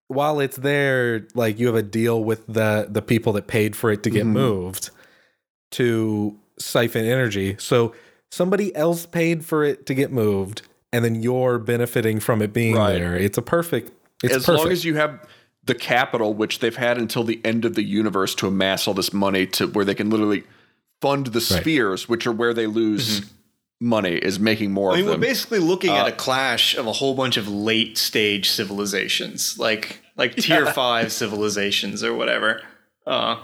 [SPEAKER 4] while it's there, like you have a deal with the the people that paid for it to get
[SPEAKER 1] Mhm.
[SPEAKER 4] moved to siphon energy. So somebody else paid for it to get moved, and then you're benefiting from it being
[SPEAKER 1] Right.
[SPEAKER 4] there. It's a perfect. It's
[SPEAKER 1] as
[SPEAKER 4] perfect.
[SPEAKER 1] long as you have the capital, which they've had until the end of the universe to amass all this money to where they can literally fund the spheres, which are where they lose money, is making more
[SPEAKER 2] I mean,
[SPEAKER 1] of
[SPEAKER 2] we're
[SPEAKER 1] them. Uh,
[SPEAKER 2] basically looking at a clash of a whole bunch of late stage civilizations, like
[SPEAKER 1] [laughs]
[SPEAKER 2] like tier five civilizations or whatever. Uh,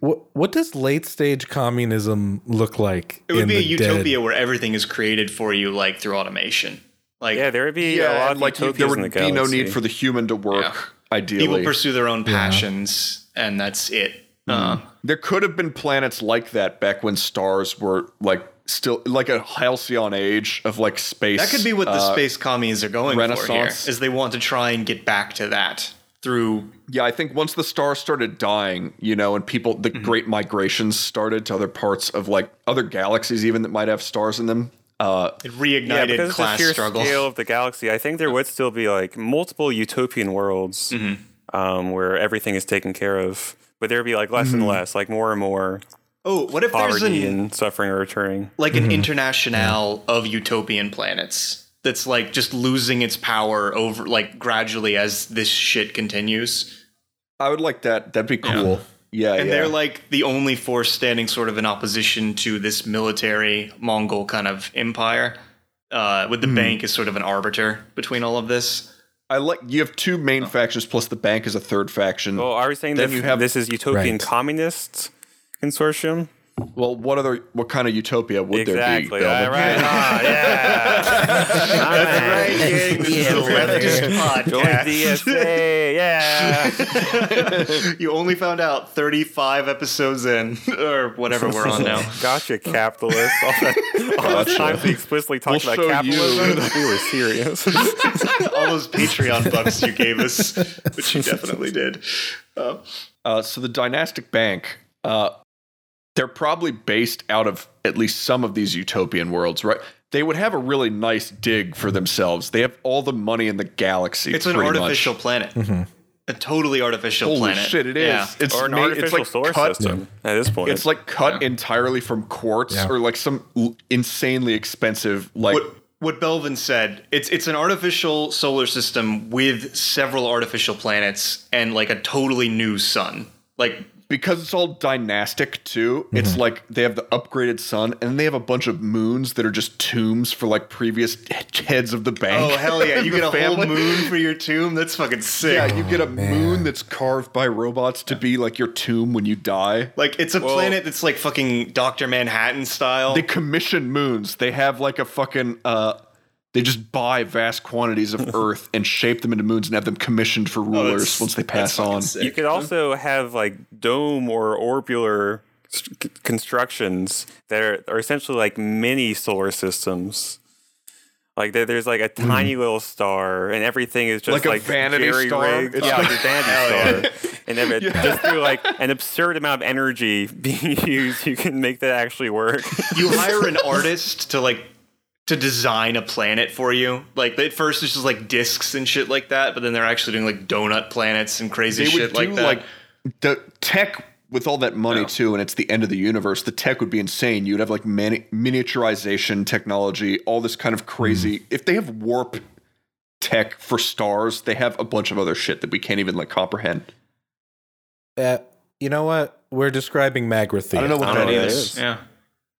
[SPEAKER 4] what what does late stage communism look like?
[SPEAKER 2] it would
[SPEAKER 4] in
[SPEAKER 2] be a
[SPEAKER 4] the dead?
[SPEAKER 2] utopia where everything is created for you, like through automation. Like
[SPEAKER 3] Yeah, there would be a
[SPEAKER 1] yeah,
[SPEAKER 3] lot
[SPEAKER 1] and,
[SPEAKER 3] of
[SPEAKER 1] like uh, you-
[SPEAKER 3] utopias
[SPEAKER 1] there
[SPEAKER 3] in the
[SPEAKER 1] would be
[SPEAKER 3] galaxy.
[SPEAKER 1] no need for the human to work.
[SPEAKER 2] Yeah. people
[SPEAKER 1] Ideally,
[SPEAKER 2] pursue their own passions, and that's it.
[SPEAKER 4] Mm.
[SPEAKER 2] Uh,
[SPEAKER 1] there could have been planets like that back when stars were like still like a halcyon age of like space.
[SPEAKER 2] that could be what the
[SPEAKER 1] uh,
[SPEAKER 2] space commies are going for here,
[SPEAKER 1] Renaissance.
[SPEAKER 2] is they want to try and get back to that through
[SPEAKER 1] Yeah, I think once the stars started dying, you know, and people, the
[SPEAKER 2] Mm-hmm.
[SPEAKER 1] great migrations started to other parts of like other galaxies, even that might have stars in them. Uh,
[SPEAKER 2] it
[SPEAKER 3] yeah,
[SPEAKER 2] reignited
[SPEAKER 3] because of the
[SPEAKER 2] class
[SPEAKER 3] sheer
[SPEAKER 2] struggle.
[SPEAKER 3] scale of the galaxy, I think there would still be like multiple utopian worlds
[SPEAKER 1] Mm-hmm.
[SPEAKER 3] um, where everything is taken care of, but there would be like less
[SPEAKER 1] Mm-hmm.
[SPEAKER 3] and less, like more and more
[SPEAKER 2] Oh, what if there's
[SPEAKER 3] poverty
[SPEAKER 2] an
[SPEAKER 3] and suffering are returning.
[SPEAKER 2] like
[SPEAKER 4] Mm-hmm.
[SPEAKER 2] an internationale of utopian planets that's like just losing its power over like gradually as this shit continues
[SPEAKER 1] I would like that. That'd be cool. Yeah,
[SPEAKER 2] and
[SPEAKER 1] yeah.
[SPEAKER 2] they're like the only force standing sort of in opposition to this military mongol kind of empire uh, with the bank as sort of an arbiter between all of this
[SPEAKER 1] I like you have two
[SPEAKER 2] Oh.
[SPEAKER 1] main factions plus the bank is a third faction.
[SPEAKER 3] Well,
[SPEAKER 1] Well,
[SPEAKER 3] are we saying
[SPEAKER 1] Then
[SPEAKER 3] that
[SPEAKER 1] you have-
[SPEAKER 3] this is utopian
[SPEAKER 4] Right.
[SPEAKER 3] communist consortium?
[SPEAKER 1] what other what kind of utopia would there
[SPEAKER 3] exactly.
[SPEAKER 1] be? Belvin?
[SPEAKER 3] All right. Ah, yeah. All right. Join DSA. Yeah.
[SPEAKER 2] you only found out 35 episodes in [laughs] or whatever we're on [laughs] now
[SPEAKER 3] Gotcha, capitalist. All that, all those times we explicitly talked
[SPEAKER 1] We'll
[SPEAKER 3] about
[SPEAKER 1] show you.
[SPEAKER 3] capitalism, we were serious.
[SPEAKER 2] all those patreon bucks you gave us [laughs] which you definitely did uh,
[SPEAKER 1] [laughs] Uh, so the dynastic bank, uh, they're probably based out of at least some of these utopian worlds, right? They would have a really nice dig for themselves. They have all the money in the galaxy.
[SPEAKER 2] It's an
[SPEAKER 1] pretty much.
[SPEAKER 2] artificial planet. A totally artificial
[SPEAKER 1] Holy
[SPEAKER 2] planet.
[SPEAKER 1] shit! It is.
[SPEAKER 2] Yeah.
[SPEAKER 1] It's
[SPEAKER 3] or an
[SPEAKER 1] made-
[SPEAKER 3] artificial
[SPEAKER 1] it's like
[SPEAKER 3] solar
[SPEAKER 1] cut,
[SPEAKER 3] system at this point.
[SPEAKER 1] It's like cut entirely from quartz
[SPEAKER 4] Yeah.
[SPEAKER 1] or like some l- insanely expensive like.
[SPEAKER 2] What what Belvin said, it's it's an artificial solar system with several artificial planets and like a totally new sun. Like
[SPEAKER 1] because it's all dynastic too, it's
[SPEAKER 3] Mm-hmm.
[SPEAKER 1] like they have the upgraded sun and they have a bunch of moons that are just tombs for like previous he- heads of the bank.
[SPEAKER 2] [laughs] oh hell yeah, you
[SPEAKER 1] The
[SPEAKER 2] get a
[SPEAKER 1] family.
[SPEAKER 2] whole moon for your tomb. That's fucking sick.
[SPEAKER 1] [laughs] Yeah,
[SPEAKER 3] Oh,
[SPEAKER 1] you get a moon that's carved by robots to be like your tomb when you die.
[SPEAKER 2] like it's a planet that's like fucking Doctor Manhattan style.
[SPEAKER 1] They commission moons. They have like a fucking uh they just buy vast quantities
[SPEAKER 2] [laughs]
[SPEAKER 1] of earth and shape them into moons and have them commissioned for rulers once they
[SPEAKER 2] Oh, that's
[SPEAKER 1] pass
[SPEAKER 2] fucking
[SPEAKER 1] on.
[SPEAKER 2] sick.
[SPEAKER 3] you could also have like dome or orbital constructions that are, are essentially like mini solar systems. Like there, there's like a tiny little star, and everything is just
[SPEAKER 1] Hmm. Like
[SPEAKER 3] like,
[SPEAKER 1] a vanity star?
[SPEAKER 3] jerry-rigged.
[SPEAKER 1] It's
[SPEAKER 3] yeah,
[SPEAKER 1] like-
[SPEAKER 3] like a vanity star. And
[SPEAKER 1] [laughs]
[SPEAKER 3] then it- just through like an absurd amount of energy [laughs] being used, you can make that actually work. [laughs]
[SPEAKER 2] you [laughs] hire an artist to like to design a planet for you. Like at first it's just like discs and shit like that, but then they're actually doing like donut planets and crazy
[SPEAKER 1] They
[SPEAKER 2] shit
[SPEAKER 1] would
[SPEAKER 2] like
[SPEAKER 1] do
[SPEAKER 2] that.
[SPEAKER 1] like the tech with all that money
[SPEAKER 2] Yeah.
[SPEAKER 1] too, and it's the end of the universe. The tech would be insane. You'd have like mani- miniaturization technology, all this kind of
[SPEAKER 2] Mm.
[SPEAKER 1] crazy. If they have warp tech for stars, they have a bunch of other shit that we can't even like comprehend.
[SPEAKER 4] Uh, you know what? We're describing Magrathea.
[SPEAKER 1] I don't know what
[SPEAKER 3] I
[SPEAKER 1] that
[SPEAKER 3] don't know what
[SPEAKER 1] is.
[SPEAKER 3] that is.
[SPEAKER 2] yeah.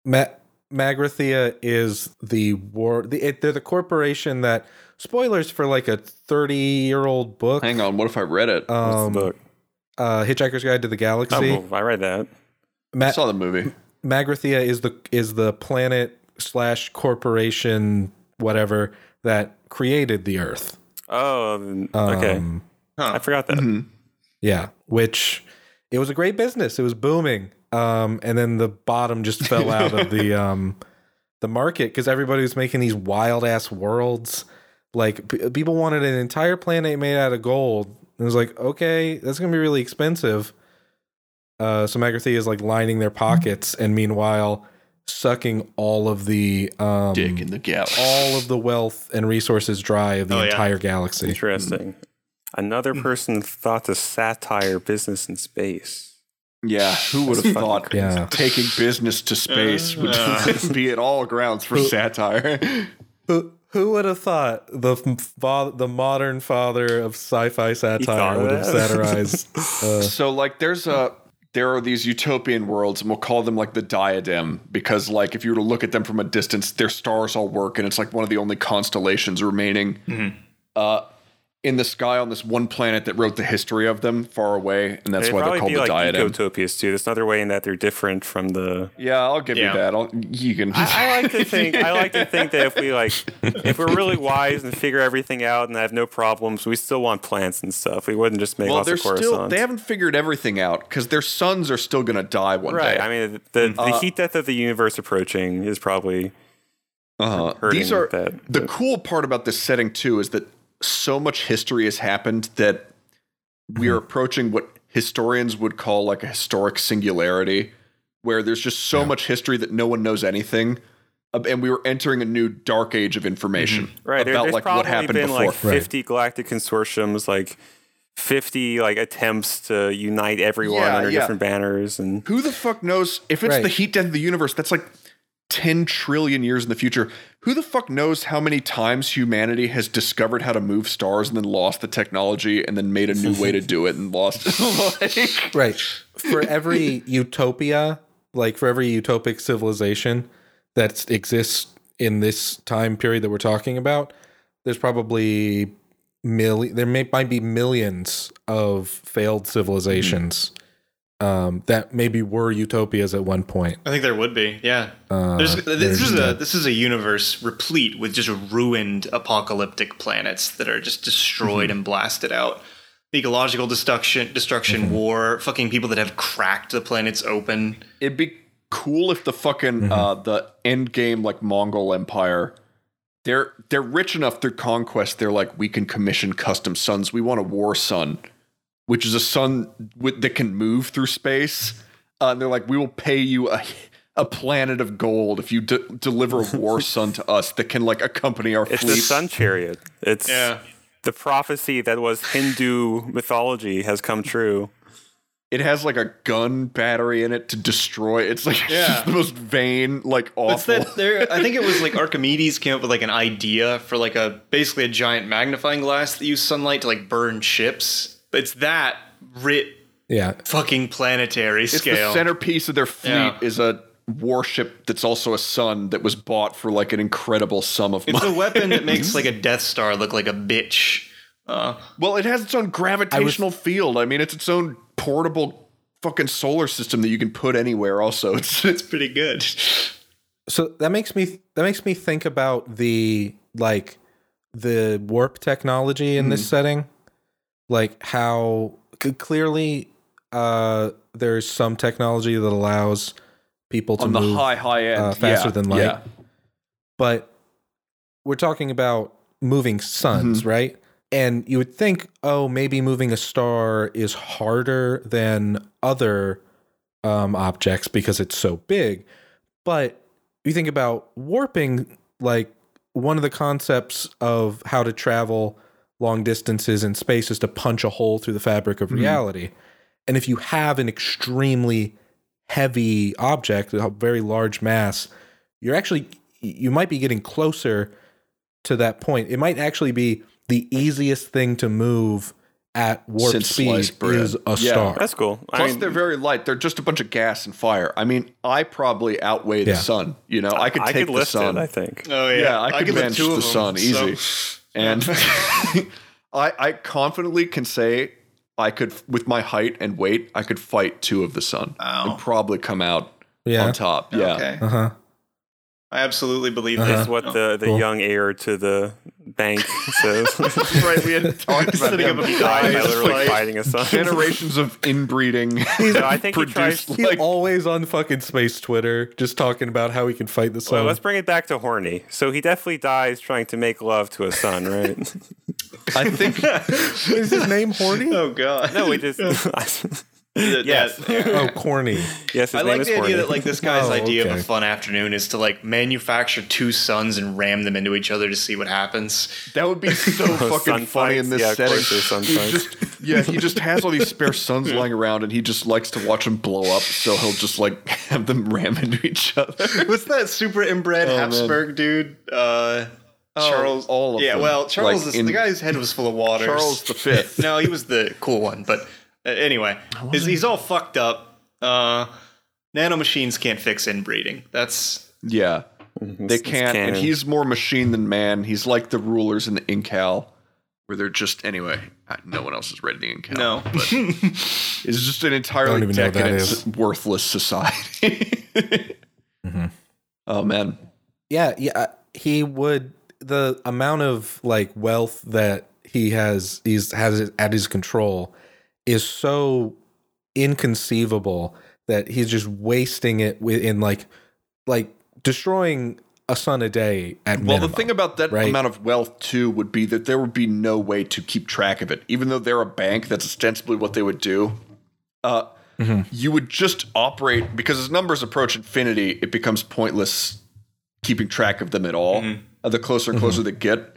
[SPEAKER 4] Ma- Magrathea is the war. The, it, they're the corporation that spoilers for like a thirty-year-old book.
[SPEAKER 1] Hang on, what if I read it?
[SPEAKER 3] What's the
[SPEAKER 4] um,
[SPEAKER 3] book?
[SPEAKER 4] uh, Hitchhiker's Guide to the
[SPEAKER 3] Oh,
[SPEAKER 4] Galaxy.
[SPEAKER 3] well, I read that.
[SPEAKER 1] I
[SPEAKER 4] Ma-
[SPEAKER 1] saw the
[SPEAKER 2] [clears throat]
[SPEAKER 1] movie.
[SPEAKER 4] Magrathea is the is the planet slash corporation whatever that created the Earth.
[SPEAKER 3] Oh, then- okay.
[SPEAKER 4] Um,
[SPEAKER 3] I forgot that.
[SPEAKER 1] Mm-hmm.
[SPEAKER 4] Yeah, which it was a great business. It was booming. Um, and then the bottom just
[SPEAKER 2] [laughs]
[SPEAKER 4] fell out of the um, the market because everybody was making these wild ass worlds. Like p- people wanted an entire planet made out of gold. And it was like, okay, that's gonna be really expensive. Uh, so Magrathea is like lining
[SPEAKER 2] Mm-hmm.
[SPEAKER 4] their pockets, and meanwhile, sucking all of the um,
[SPEAKER 1] Dick in the galaxy.
[SPEAKER 4] all of the wealth and resources dry of the
[SPEAKER 2] Oh, yeah.
[SPEAKER 4] entire galaxy.
[SPEAKER 3] Interesting. Another
[SPEAKER 1] Hmm.
[SPEAKER 3] person thought to satire business in space.
[SPEAKER 1] Yeah, who would have thought
[SPEAKER 4] crazy. Yeah.
[SPEAKER 1] taking business to space would
[SPEAKER 2] Uh,
[SPEAKER 1] [laughs] be at all grounds for satire?
[SPEAKER 4] Who who would have thought the f- fa- the modern father of sci-fi
[SPEAKER 3] thought
[SPEAKER 4] satire
[SPEAKER 3] of
[SPEAKER 4] would have
[SPEAKER 3] that? [laughs]
[SPEAKER 4] satirized? Uh,
[SPEAKER 1] so like there's a there are these utopian worlds and we'll call them like the diadem because like if you were to look at them from a distance their stars all work and it's like one of the only constellations remaining
[SPEAKER 3] Mm-hmm.
[SPEAKER 1] uh, in the sky on this one planet that wrote the history of them far away and that's
[SPEAKER 3] They'd
[SPEAKER 1] why
[SPEAKER 3] probably
[SPEAKER 1] they're called
[SPEAKER 3] be
[SPEAKER 1] the
[SPEAKER 3] like
[SPEAKER 1] diadem
[SPEAKER 3] ecotopias too. That's another way in that they're different from
[SPEAKER 1] [laughs]
[SPEAKER 3] the.
[SPEAKER 1] yeah i'll give
[SPEAKER 2] Yeah.
[SPEAKER 1] you that I'll, you can
[SPEAKER 3] I, I like
[SPEAKER 1] [laughs]
[SPEAKER 3] to think. I like to think that if we like, if we're really wise and figure everything out and have no problems, we still want plants and stuff. We wouldn't just make
[SPEAKER 1] well
[SPEAKER 3] lots
[SPEAKER 1] they're
[SPEAKER 3] of Coruscant.
[SPEAKER 1] still they haven't figured everything out because their sons are still going to die one
[SPEAKER 3] right.
[SPEAKER 1] day
[SPEAKER 3] I mean, the, the heat death of the universe approaching is probably
[SPEAKER 1] Uh,
[SPEAKER 3] hurting
[SPEAKER 1] these are
[SPEAKER 3] that-
[SPEAKER 1] the cool part about this setting too is that so much history has happened that we are approaching what historians would call like a historic singularity, where there's just so much history that no one knows anything, uh, and we were entering a new dark age of information
[SPEAKER 3] right. There,
[SPEAKER 1] about
[SPEAKER 3] there's
[SPEAKER 1] like
[SPEAKER 3] probably
[SPEAKER 1] what happened
[SPEAKER 3] been
[SPEAKER 1] before.
[SPEAKER 3] like 50 galactic consortiums, like 50 like attempts to unite everyone
[SPEAKER 1] Yeah,
[SPEAKER 3] under
[SPEAKER 1] yeah.
[SPEAKER 3] different banners and
[SPEAKER 1] Who the fuck knows if it's
[SPEAKER 4] Right.
[SPEAKER 1] the heat death of the universe? That's like 10 trillion years in the future. Who the fuck knows how many times humanity has discovered how to move stars and then lost the technology and then made a new way to do it and lost [laughs] like,
[SPEAKER 4] right. For every utopia, like for every utopic civilization that exists in this time period that we're talking about, there's probably million. There may might be millions of failed civilizations um, that maybe were utopias at one point.
[SPEAKER 2] I think there would be. Yeah.
[SPEAKER 4] Uh,
[SPEAKER 2] There's, this is a
[SPEAKER 4] that.
[SPEAKER 2] this is a universe replete with just ruined apocalyptic planets that are just destroyed and blasted out. Ecological destruction, destruction, war, fucking people that have cracked the planets open.
[SPEAKER 1] It'd be cool if the fucking
[SPEAKER 2] Mm-hmm.
[SPEAKER 1] uh the end game like Mongol Empire they're they're rich enough through conquest they're like we can commission custom suns. We want a war sun, which is a sun with, that can move through space. Uh, and they're like we will pay you a a planet of gold if you de- deliver a
[SPEAKER 2] [laughs]
[SPEAKER 1] war sun to us that can like accompany our
[SPEAKER 3] it's
[SPEAKER 1] fleet.
[SPEAKER 3] the sun chariot. It's
[SPEAKER 2] Yeah.
[SPEAKER 3] the prophecy that was Hindu mythology has come true.
[SPEAKER 1] It has like a gun battery in it to destroy. It's like [laughs] it's
[SPEAKER 2] Yeah.
[SPEAKER 1] just the most vain like awful.
[SPEAKER 2] What's that? There, I think it was like Archimedes came up with like an idea for like a basically a giant magnifying glass that used sunlight to like burn ships. It's that writ
[SPEAKER 4] yeah,
[SPEAKER 2] fucking planetary
[SPEAKER 1] The
[SPEAKER 2] scale.
[SPEAKER 1] centerpiece of their fleet
[SPEAKER 2] Yeah.
[SPEAKER 1] is a warship that's also a sun that was bought for like an incredible sum of
[SPEAKER 2] it's
[SPEAKER 1] money.
[SPEAKER 2] a weapon that makes like a Death Star look like a bitch. Uh,
[SPEAKER 1] well, it has its own gravitational field. I mean, it's its own portable fucking solar system that you can put anywhere. Also, it's, it's
[SPEAKER 2] pretty good.
[SPEAKER 4] so that makes me that makes me think about the like the warp technology in
[SPEAKER 1] Hmm.
[SPEAKER 4] this setting like how c- clearly uh there's some technology that allows people to
[SPEAKER 1] on the
[SPEAKER 4] move
[SPEAKER 1] high high end,
[SPEAKER 4] uh, faster
[SPEAKER 1] Yeah,
[SPEAKER 4] than light
[SPEAKER 1] Yeah.
[SPEAKER 4] but we're talking about moving suns, right? And you would think, oh, maybe moving a star is harder than other um, objects because it's so big. But you think about warping, like one of the concepts of how to travel long distances in space is to punch a hole through the fabric of reality. And if you have an extremely heavy object, a very large mass, you're actually you might be getting closer to that point. It might actually be the easiest thing to move at warp
[SPEAKER 1] Since
[SPEAKER 4] speed
[SPEAKER 1] sliced bread.
[SPEAKER 4] is a
[SPEAKER 1] Yeah.
[SPEAKER 4] star.
[SPEAKER 3] That's cool. I
[SPEAKER 1] Plus,
[SPEAKER 3] mean,
[SPEAKER 1] they're very light. They're just a bunch of gas and fire. I mean, I probably outweigh
[SPEAKER 4] Yeah.
[SPEAKER 1] the sun. You know, I could
[SPEAKER 3] I
[SPEAKER 1] take
[SPEAKER 3] could
[SPEAKER 1] the
[SPEAKER 3] lift
[SPEAKER 1] sun.
[SPEAKER 3] it. I think.
[SPEAKER 2] Oh yeah,
[SPEAKER 1] yeah, I, could
[SPEAKER 2] lift
[SPEAKER 1] manage
[SPEAKER 2] two
[SPEAKER 1] the
[SPEAKER 2] of
[SPEAKER 1] sun
[SPEAKER 2] so-
[SPEAKER 1] easy. And I, I confidently can say I could, with my height and weight, I could fight two of the sun
[SPEAKER 2] Wow.
[SPEAKER 1] and probably come out
[SPEAKER 4] yeah.
[SPEAKER 1] on top. Yeah.
[SPEAKER 2] Okay,
[SPEAKER 4] Uh huh.
[SPEAKER 2] I absolutely believe
[SPEAKER 4] Uh-huh.
[SPEAKER 2] this.
[SPEAKER 3] That's what the, the
[SPEAKER 4] Cool.
[SPEAKER 3] young heir to the bank
[SPEAKER 1] [laughs]
[SPEAKER 3] says. [laughs]
[SPEAKER 1] right.
[SPEAKER 2] [laughs]
[SPEAKER 1] We had talked about
[SPEAKER 2] Setting
[SPEAKER 1] them
[SPEAKER 2] up a
[SPEAKER 3] Died by
[SPEAKER 2] Nice
[SPEAKER 3] literally
[SPEAKER 2] fight.
[SPEAKER 3] fighting a son. [laughs]
[SPEAKER 1] generations of inbreeding.
[SPEAKER 3] No, I think he tries.
[SPEAKER 1] produced-
[SPEAKER 4] He's
[SPEAKER 1] Like-
[SPEAKER 4] always on fucking space Twitter, just talking about how he can fight the
[SPEAKER 3] Well,
[SPEAKER 4] sun.
[SPEAKER 3] let's bring it back to horny. So he definitely dies trying to make love to a son, right?
[SPEAKER 1] I think [laughs]
[SPEAKER 4] is his name
[SPEAKER 3] [laughs]
[SPEAKER 4] Horny?
[SPEAKER 2] Oh god.
[SPEAKER 3] no, we just.
[SPEAKER 2] [laughs] That-
[SPEAKER 3] Yes.
[SPEAKER 2] that-
[SPEAKER 4] Oh, corny.
[SPEAKER 3] Yes, his
[SPEAKER 2] I
[SPEAKER 3] name
[SPEAKER 2] like
[SPEAKER 3] is
[SPEAKER 2] the idea
[SPEAKER 3] Horny.
[SPEAKER 2] that like this guy's
[SPEAKER 4] Oh,
[SPEAKER 2] idea of
[SPEAKER 4] okay.
[SPEAKER 2] a fun afternoon is to like manufacture two suns and ram them into each other to see what happens.
[SPEAKER 1] That would be so fucking
[SPEAKER 3] sun
[SPEAKER 1] funny in
[SPEAKER 3] fights?
[SPEAKER 1] this
[SPEAKER 3] Yeah, of
[SPEAKER 1] setting.
[SPEAKER 3] course there's sun
[SPEAKER 1] He's
[SPEAKER 3] fights.
[SPEAKER 1] just- yeah, he just has all these spare suns lying around, and he just likes to watch them blow up. So he'll just like [laughs] have them ram into each other.
[SPEAKER 2] What's that super inbred
[SPEAKER 1] Oh, man.
[SPEAKER 2] Habsburg dude? Uh, Charles.
[SPEAKER 1] all of
[SPEAKER 2] yeah.
[SPEAKER 1] them.
[SPEAKER 2] Well, Charles
[SPEAKER 1] Like,
[SPEAKER 2] is
[SPEAKER 1] in-
[SPEAKER 2] the guy's head was full of water.
[SPEAKER 1] Charles the Fifth.
[SPEAKER 2] [laughs] no, he was the cool one. But uh, anyway, he's, he's all fucked up. Uh, nanomachines can't fix inbreeding. That's
[SPEAKER 1] Yeah,
[SPEAKER 4] Mm-hmm.
[SPEAKER 1] they can't. And
[SPEAKER 3] canon.
[SPEAKER 1] he's more machine than man. He's like the rulers in the Incal, where they're just anyway. I- No one else is read the Incal.
[SPEAKER 2] no.
[SPEAKER 1] it's just an entirely
[SPEAKER 4] even know what that
[SPEAKER 1] decadent,
[SPEAKER 4] is.
[SPEAKER 1] worthless society. [laughs]
[SPEAKER 4] Mm-hmm.
[SPEAKER 1] Oh man,
[SPEAKER 4] Yeah, yeah. uh, He would the amount of like wealth that he has he's has at his control is so inconceivable that he's just wasting it within like like destroying a son a day at
[SPEAKER 1] Well,
[SPEAKER 4] minimum.
[SPEAKER 1] the thing about that
[SPEAKER 4] right?
[SPEAKER 1] amount of wealth too would be that there would be no way to keep track of it, even though they're a bank. That's ostensibly what they would do. Uh,
[SPEAKER 4] Mm-hmm.
[SPEAKER 1] You would just operate because as numbers approach infinity, it becomes pointless keeping track of them at all. Uh, the closer and
[SPEAKER 4] Mm-hmm.
[SPEAKER 1] closer they get,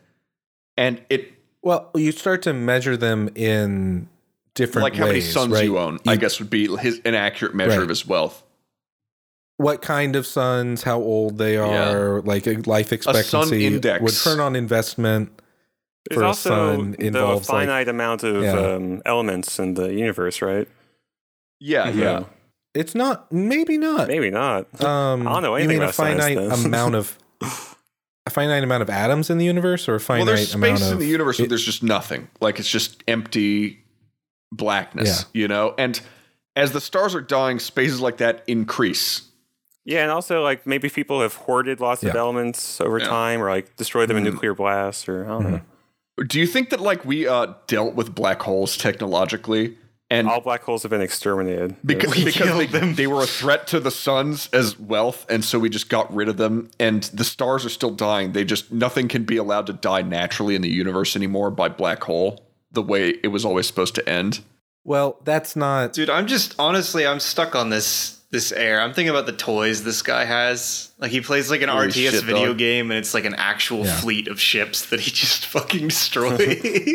[SPEAKER 1] and it
[SPEAKER 4] well, you start to measure them in different
[SPEAKER 1] like how many
[SPEAKER 4] ways,
[SPEAKER 1] sons
[SPEAKER 4] right?
[SPEAKER 1] you own, I guess would be his an accurate measure
[SPEAKER 4] Right.
[SPEAKER 1] of his wealth.
[SPEAKER 4] what kind of sons, how old they are, like a life expectancy,
[SPEAKER 1] index.
[SPEAKER 4] return on investment.
[SPEAKER 3] There's
[SPEAKER 4] for a
[SPEAKER 3] also
[SPEAKER 4] sun
[SPEAKER 3] though, a
[SPEAKER 4] involves, like-
[SPEAKER 3] finite amount of
[SPEAKER 4] Yeah.
[SPEAKER 3] um, elements in the universe, right?
[SPEAKER 1] Yeah,
[SPEAKER 4] Mm-hmm.
[SPEAKER 1] yeah.
[SPEAKER 3] So,
[SPEAKER 4] It's not, maybe not.
[SPEAKER 3] maybe not.
[SPEAKER 4] Um,
[SPEAKER 3] I don't know
[SPEAKER 4] you
[SPEAKER 3] anything
[SPEAKER 4] mean a
[SPEAKER 3] about science,
[SPEAKER 4] finite
[SPEAKER 3] then. [laughs]
[SPEAKER 4] amount of a finite amount of atoms in the universe, or a
[SPEAKER 1] Well,
[SPEAKER 4] finite
[SPEAKER 1] there's
[SPEAKER 4] amount
[SPEAKER 1] space in
[SPEAKER 4] of-
[SPEAKER 1] the universe, but
[SPEAKER 4] it-
[SPEAKER 1] there's just nothing. Like it's just empty blackness, you know. And as the stars are dying, spaces like that increase.
[SPEAKER 3] Yeah, and also like maybe people have hoarded lots of
[SPEAKER 4] Yeah. Mm-hmm.
[SPEAKER 3] elements over time, or like destroyed them in nuclear blasts, or I don't know.
[SPEAKER 1] Do you think that like we uh, dealt with black holes technologically, and
[SPEAKER 3] All black holes have been exterminated.
[SPEAKER 1] because,
[SPEAKER 2] [laughs] We
[SPEAKER 1] because they,
[SPEAKER 2] killed them.
[SPEAKER 1] they were a threat to the suns as wealth, and so we just got rid of them. And the stars are still dying. They just nothing can be allowed to die naturally in the universe anymore by black hole. The way it was always supposed to end.
[SPEAKER 4] well, that's not.
[SPEAKER 2] Dude, I'm just honestly, I'm stuck on this this air. I'm thinking about the toys this guy has. Like he plays like an
[SPEAKER 1] Holy
[SPEAKER 2] RTS
[SPEAKER 1] shit,
[SPEAKER 2] video
[SPEAKER 1] dog.
[SPEAKER 2] game, and it's like an actual
[SPEAKER 4] Yeah.
[SPEAKER 2] fleet of ships that he [laughs]
[SPEAKER 1] [laughs]
[SPEAKER 2] just fucking destroys.